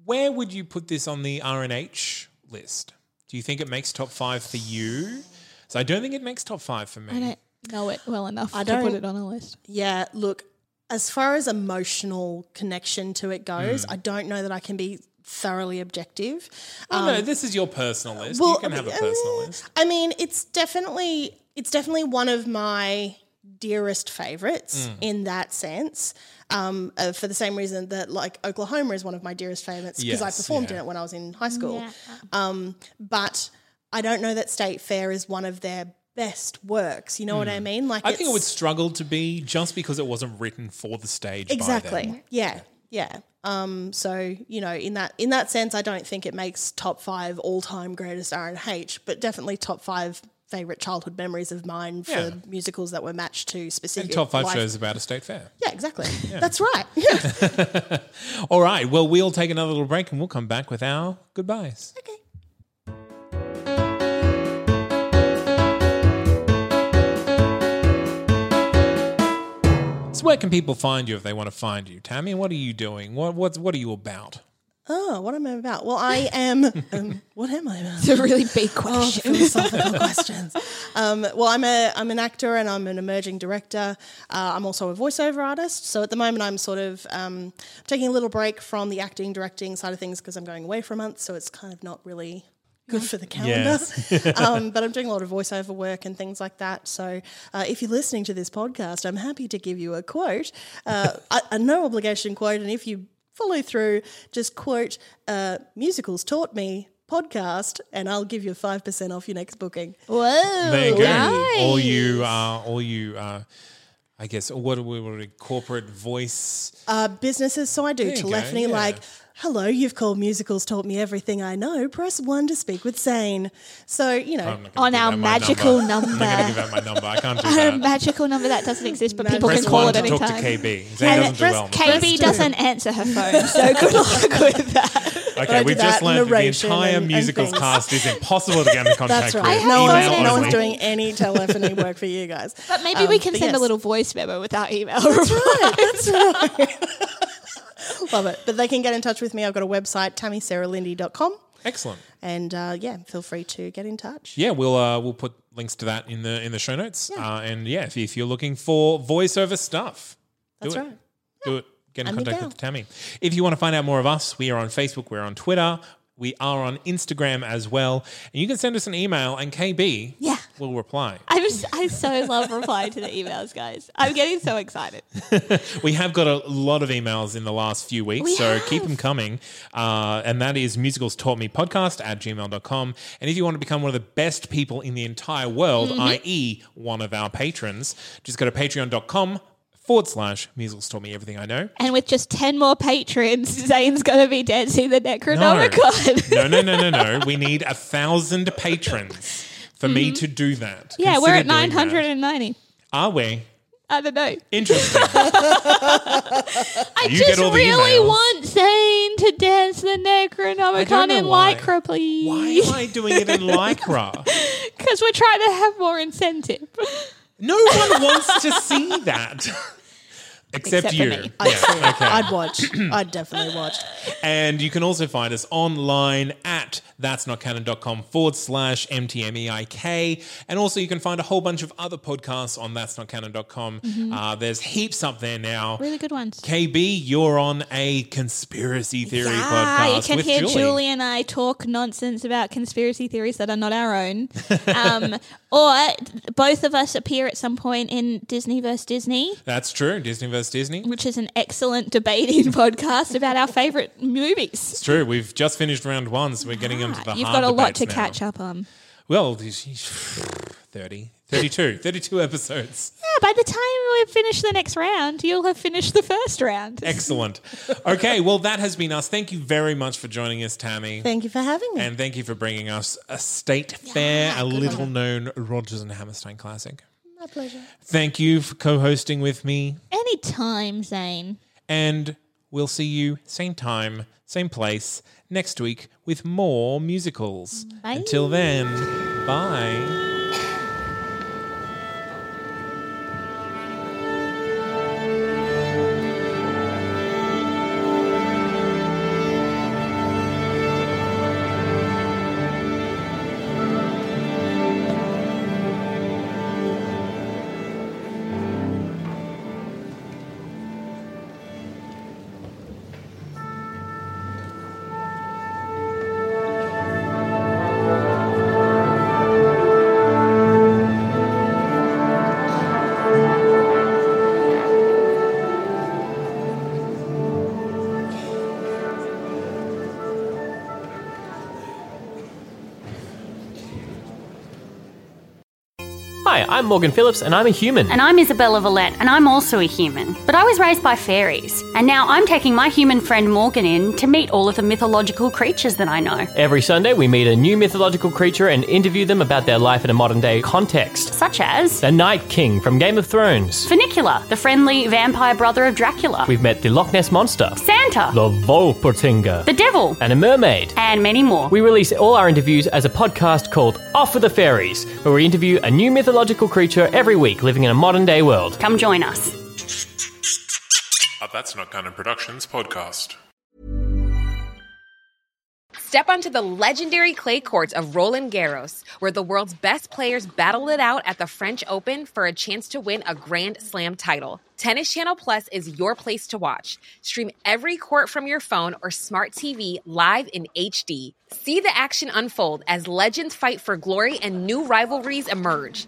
Speaker 1: Where would you put this on the RNH list? Do you think it makes top five for you? So I don't think it makes top five for me.
Speaker 3: I don't know it well enough
Speaker 4: I
Speaker 3: to put
Speaker 4: don't-
Speaker 3: it on a list.
Speaker 4: yeah. Look, as far as emotional connection to it goes, I don't know that I can be thoroughly objective.
Speaker 1: Oh,
Speaker 3: um,
Speaker 1: no, this is your personal list. you can have a
Speaker 4: I mean-
Speaker 1: personal list.
Speaker 4: I mean, it's definitely it's definitely one of my dearest favorites
Speaker 1: Mm.
Speaker 4: in that sense. Um, uh, for the same reason that like Oklahoma is one of my dearest favorites because I
Speaker 1: Yes,
Speaker 4: performed
Speaker 1: yeah.
Speaker 4: in it when I was in high school.
Speaker 3: Uh,
Speaker 4: Um, but I don't know that State Fair is one of their best works. You know what I mean? Like
Speaker 1: Mm. I think it
Speaker 4: it's-
Speaker 1: would struggle to be just because it wasn't written for the stage. By them.
Speaker 4: Exactly. Yeah. Yeah. Um, so you know, in that in that sense, I don't think it makes top five all time greatest R and H, but definitely top five favorite childhood memories of mine for
Speaker 1: Yeah.
Speaker 4: musicals that were matched to
Speaker 1: And
Speaker 4: specific
Speaker 1: top five
Speaker 4: life-
Speaker 1: shows about a state fair.
Speaker 4: Yeah, exactly. That's right. Yeah.
Speaker 1: All right. Well, we'll take another little break and we'll come back with our goodbyes.
Speaker 4: okay.
Speaker 1: So, where can people find you if they want to find you, Tammy? What are you doing? What what's what are you about?
Speaker 4: Oh, what am I about? Well, I am. Um, what am I about?
Speaker 3: It's a really big
Speaker 4: Oh, the
Speaker 3: question.
Speaker 4: philosophical questions. Um, well, I'm a I'm an actor and I'm an emerging director. Uh, I'm also a voiceover artist. So at the moment, I'm sort of um, taking a little break from the acting directing side of things because I'm going away for a month. So it's kind of not really good for the calendar. um, but I'm doing a lot of voiceover work and things like that. So uh, if you're listening to this podcast, I'm happy to give you a quote, uh, a, a no obligation quote, and if you follow through, just quote uh, musicals taught me. Podcast, and I'll give you five percent off your next booking.
Speaker 3: Whoa.
Speaker 1: There you go. All you uh, all you uh, I guess what do we what are corporate voice?
Speaker 4: Uh, businesses, so I do
Speaker 1: There you go,
Speaker 4: telephony
Speaker 1: yeah.
Speaker 4: like, hello, you've called musicals, taught me everything I know. Press one to speak with Zane. So, you know,
Speaker 1: I'm not gonna
Speaker 3: On
Speaker 1: give
Speaker 3: our
Speaker 1: out my
Speaker 3: magical
Speaker 1: I'm not going to give
Speaker 3: number.
Speaker 1: out my number. I can't do
Speaker 3: Our
Speaker 1: that.
Speaker 3: magical number that doesn't exist, but people
Speaker 1: Press
Speaker 3: can call
Speaker 1: one
Speaker 3: it
Speaker 1: to talk to
Speaker 3: anytime.
Speaker 1: KB. Zane
Speaker 3: And
Speaker 1: doesn't do
Speaker 3: press-
Speaker 1: well. on the phone.
Speaker 3: KB doesn't answer her phone, so good luck with that.
Speaker 1: Okay,
Speaker 4: I
Speaker 1: we
Speaker 4: do
Speaker 1: just
Speaker 4: that,
Speaker 1: learned that the
Speaker 4: narration
Speaker 1: entire
Speaker 4: and- and
Speaker 1: musicals
Speaker 4: things.
Speaker 1: cast is impossible to get into contact
Speaker 4: that's right.
Speaker 1: with.
Speaker 4: No,
Speaker 1: Email
Speaker 4: one's, no
Speaker 1: only.
Speaker 4: one's doing any telephony work for you guys.
Speaker 3: But maybe we
Speaker 4: Um,
Speaker 3: can
Speaker 4: but
Speaker 3: send a
Speaker 4: yes.
Speaker 3: little voice memo with our email.
Speaker 4: Love it. But they can get in touch with me. I've got a website, tammysarahlindy.com.
Speaker 1: Excellent.
Speaker 4: And uh, yeah, feel free to get in touch.
Speaker 1: Yeah, we'll uh, we'll put links to that in the in the show notes. Uh, and yeah, if, if you're looking for voiceover stuff,
Speaker 4: That's
Speaker 1: do it.
Speaker 4: right.
Speaker 1: Do it. Get in
Speaker 4: I'm
Speaker 1: contact
Speaker 4: down.
Speaker 1: with Tammy. If you want to find out more of us, we are on Facebook, we're on Twitter, we are on Instagram as well. And you can send us an email and KB
Speaker 3: Yeah.
Speaker 1: will reply.
Speaker 3: I was I so love replying to the emails, guys. I'm getting so excited.
Speaker 1: We have got a lot of emails in the last few weeks,
Speaker 3: We
Speaker 1: so
Speaker 3: have.
Speaker 1: keep them coming. Uh, and that is musicals taught me podcast at gmail.com. And if you want to become one of the best people in the entire world,
Speaker 3: Mm-hmm.
Speaker 1: i.e., one of our patrons, just go to patreon.com forward slash musicals taught me everything I know.
Speaker 3: And with just ten more patrons, Zane's gonna be dancing the Necronomicon.
Speaker 1: no, no, no, no, no. We need a thousand patrons for me to do that.
Speaker 3: Mm-hmm. yeah, we're
Speaker 1: Consider
Speaker 3: at
Speaker 1: doing
Speaker 3: nine
Speaker 1: that.
Speaker 3: hundred and ninety.
Speaker 1: Are we?
Speaker 3: I don't know.
Speaker 1: Interesting.
Speaker 3: I
Speaker 1: You
Speaker 3: just
Speaker 1: get all the
Speaker 3: really
Speaker 1: emails.
Speaker 3: want Zane to dance the
Speaker 1: I don't
Speaker 3: Necronomicon
Speaker 1: know
Speaker 3: in
Speaker 1: why.
Speaker 3: Lycra,
Speaker 1: Why am
Speaker 3: please.
Speaker 1: I doing it in Lycra?
Speaker 3: Because we're trying to have more incentive.
Speaker 1: No one wants to see that. Except,
Speaker 3: Except for
Speaker 1: you.
Speaker 3: me.
Speaker 1: Yeah, okay.
Speaker 4: I'd watch. I'd definitely watch.
Speaker 1: And you can also find us online at that's not canon.com forward slash MTMEIK. E And also, you can find a whole bunch of other podcasts on that's not canon.com. Uh, there's heaps up there now.
Speaker 3: Mm-hmm. really good ones.
Speaker 1: KB, you're on a conspiracy theory podcast.
Speaker 3: you can
Speaker 1: with
Speaker 3: hear
Speaker 1: Julie.
Speaker 3: Julie and I talk nonsense about conspiracy theories that are not our own. Um, or both of us appear at some point in Disney vs. Disney,
Speaker 1: That's true. Disney versus Disney.
Speaker 3: which is an excellent debating podcast about our favorite movies.
Speaker 1: It's true. We've just finished round one, so we're getting into the
Speaker 3: You've
Speaker 1: hard
Speaker 3: got a lot
Speaker 1: debates
Speaker 3: to
Speaker 1: now.
Speaker 3: catch up on.
Speaker 1: Well, 30, 32, 32 episodes.
Speaker 3: Yeah, by the time we finish the next round, you'll have finished the first round.
Speaker 1: Eh. Excellent. Okay, well, that has been us. Thank you very much for joining us, Tammy.
Speaker 4: Thank you for having me.
Speaker 1: and thank you for bringing us a state fair, a little known Rogers and Hammerstein classic.
Speaker 4: My pleasure.
Speaker 1: Thank you for co hosting with me,
Speaker 3: Anytime, Zane.
Speaker 1: and we'll see you same time, same place next week with more musicals.
Speaker 3: Bye.
Speaker 1: Until then, bye.
Speaker 6: Hi, I'm Morgan Phillips, and I'm a human.
Speaker 7: And I'm Isabella Valette, and I'm also a human. But I was raised by fairies, and now I'm taking my human friend Morgan in to meet all of the mythological creatures that I know.
Speaker 6: Every Sunday, we meet a new mythological creature and interview them about their life in a modern day context.
Speaker 7: Such as
Speaker 6: The Night King from Game of Thrones.
Speaker 7: Funicula, the friendly vampire brother of Dracula,
Speaker 6: We've met the Loch Ness Monster,
Speaker 7: Santa,
Speaker 6: the Volpertinger,
Speaker 7: the devil,
Speaker 6: and a mermaid.
Speaker 7: and many more.
Speaker 6: We release all our interviews as a podcast called Off with the Fairies, where we interview a new mythological creature every week living in a modern day world.
Speaker 7: Come join us.
Speaker 8: A That's Not Canon Productions podcast.
Speaker 9: Step onto the legendary clay courts of Roland Garros, where the world's best players battle it out at the French Open for a chance to win a Grand Slam title. Tennis Channel Plus is your place to watch. Stream every court from your phone or smart TV live in HD. See the action unfold as legends fight for glory and new rivalries emerge.